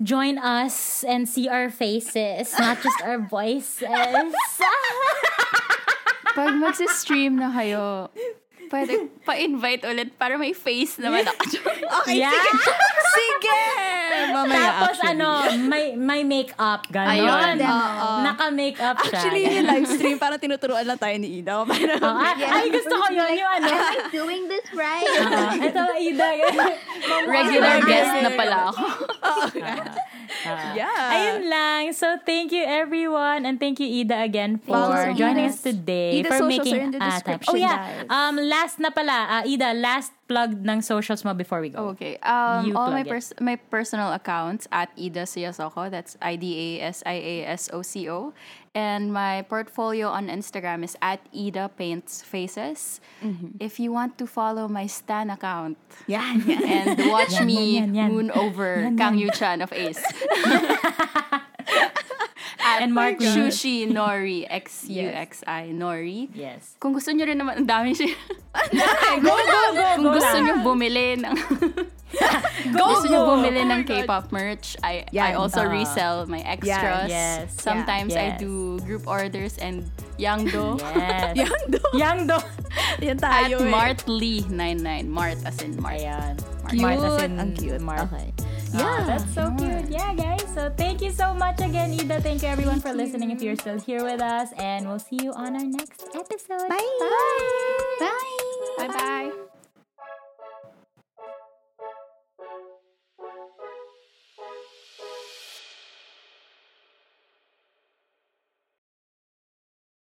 C: join us and see our faces, not just our voices.
D: Pag magsi-stream na kayo, pwede pa-invite ulit para may face naman ako.
C: yeah.
B: Sige! Mamaya
C: Tapos
B: actually.
C: ano, may may makeup ganon.
D: Ayun.
C: Oo. Naka-makeup siya.
B: Actually, yung live stream, parang tinuturuan lang tayo ni Ida. Parang,
C: Oo, ay, oh, ah, ay, gusto ko yun. Yung ano.
A: Am I doing this right?
C: Oo, Ito, Ida.
B: Ah.
D: Regular guest na pala ako.
B: yeah.
C: Ayun lang. So, thank you everyone. And thank you, Ida, again for
B: Follow
C: joining
B: Ida's-
C: us today.
B: Ida's
C: for
B: socials
C: making
B: are in the
C: ah, time.
B: description,
C: Oh, yeah.
B: guys.
C: Um, last na pala. ah, Ida, last plug ng socials mo before we go.
B: Oh.
D: Okay. Um,
C: You
D: all my
C: plug it.
D: pers- my personal accounts at Ida Siyasoko. That's I D A S I A S O C O, and my portfolio on Instagram is at Ida Paints Faces.
C: Mm-hmm.
D: If you want to follow my Stan account
B: Yeah, yeah.
D: and watch
C: Yan,
D: me
C: yan, yan, yan.
D: moon over
C: Yan,
D: Kang Yu
C: yan.
D: Chan of Ace.
C: And Mark Shush.
D: Shushi Nori X U X I Nori.
C: Yes.
D: Kung gusto nyo rin naman, ang dami siya.
C: Go, go, go,
D: Kung
C: go.
D: gusto
C: lang.
D: nyo bumili ng... Kung gusto nyo
C: Oh
D: bumili ng K-pop merch, I, I
B: Yan.
D: also
C: Ah.
D: resell my extras.
C: Yes.
D: Sometimes
C: Yeah.
D: I
C: Yes.
D: do group orders and Yangdo
C: Yes.
B: Yan do.
C: Yang do.
B: Yan
D: at
B: tayo eh.
D: Mart Lee 99. Mart as in Mart.
C: Ayan.
B: Cute.
C: Mart as in
B: Ang cute.
C: Mark.
B: Okay.
C: Yeah, Oh, that's so cute. Yeah, guys. So thank you so much again, Ida. Thank you everyone for listening. If you're still here with us, and we'll see you on our next episode. Bye.
A: Bye.
D: Bye-bye.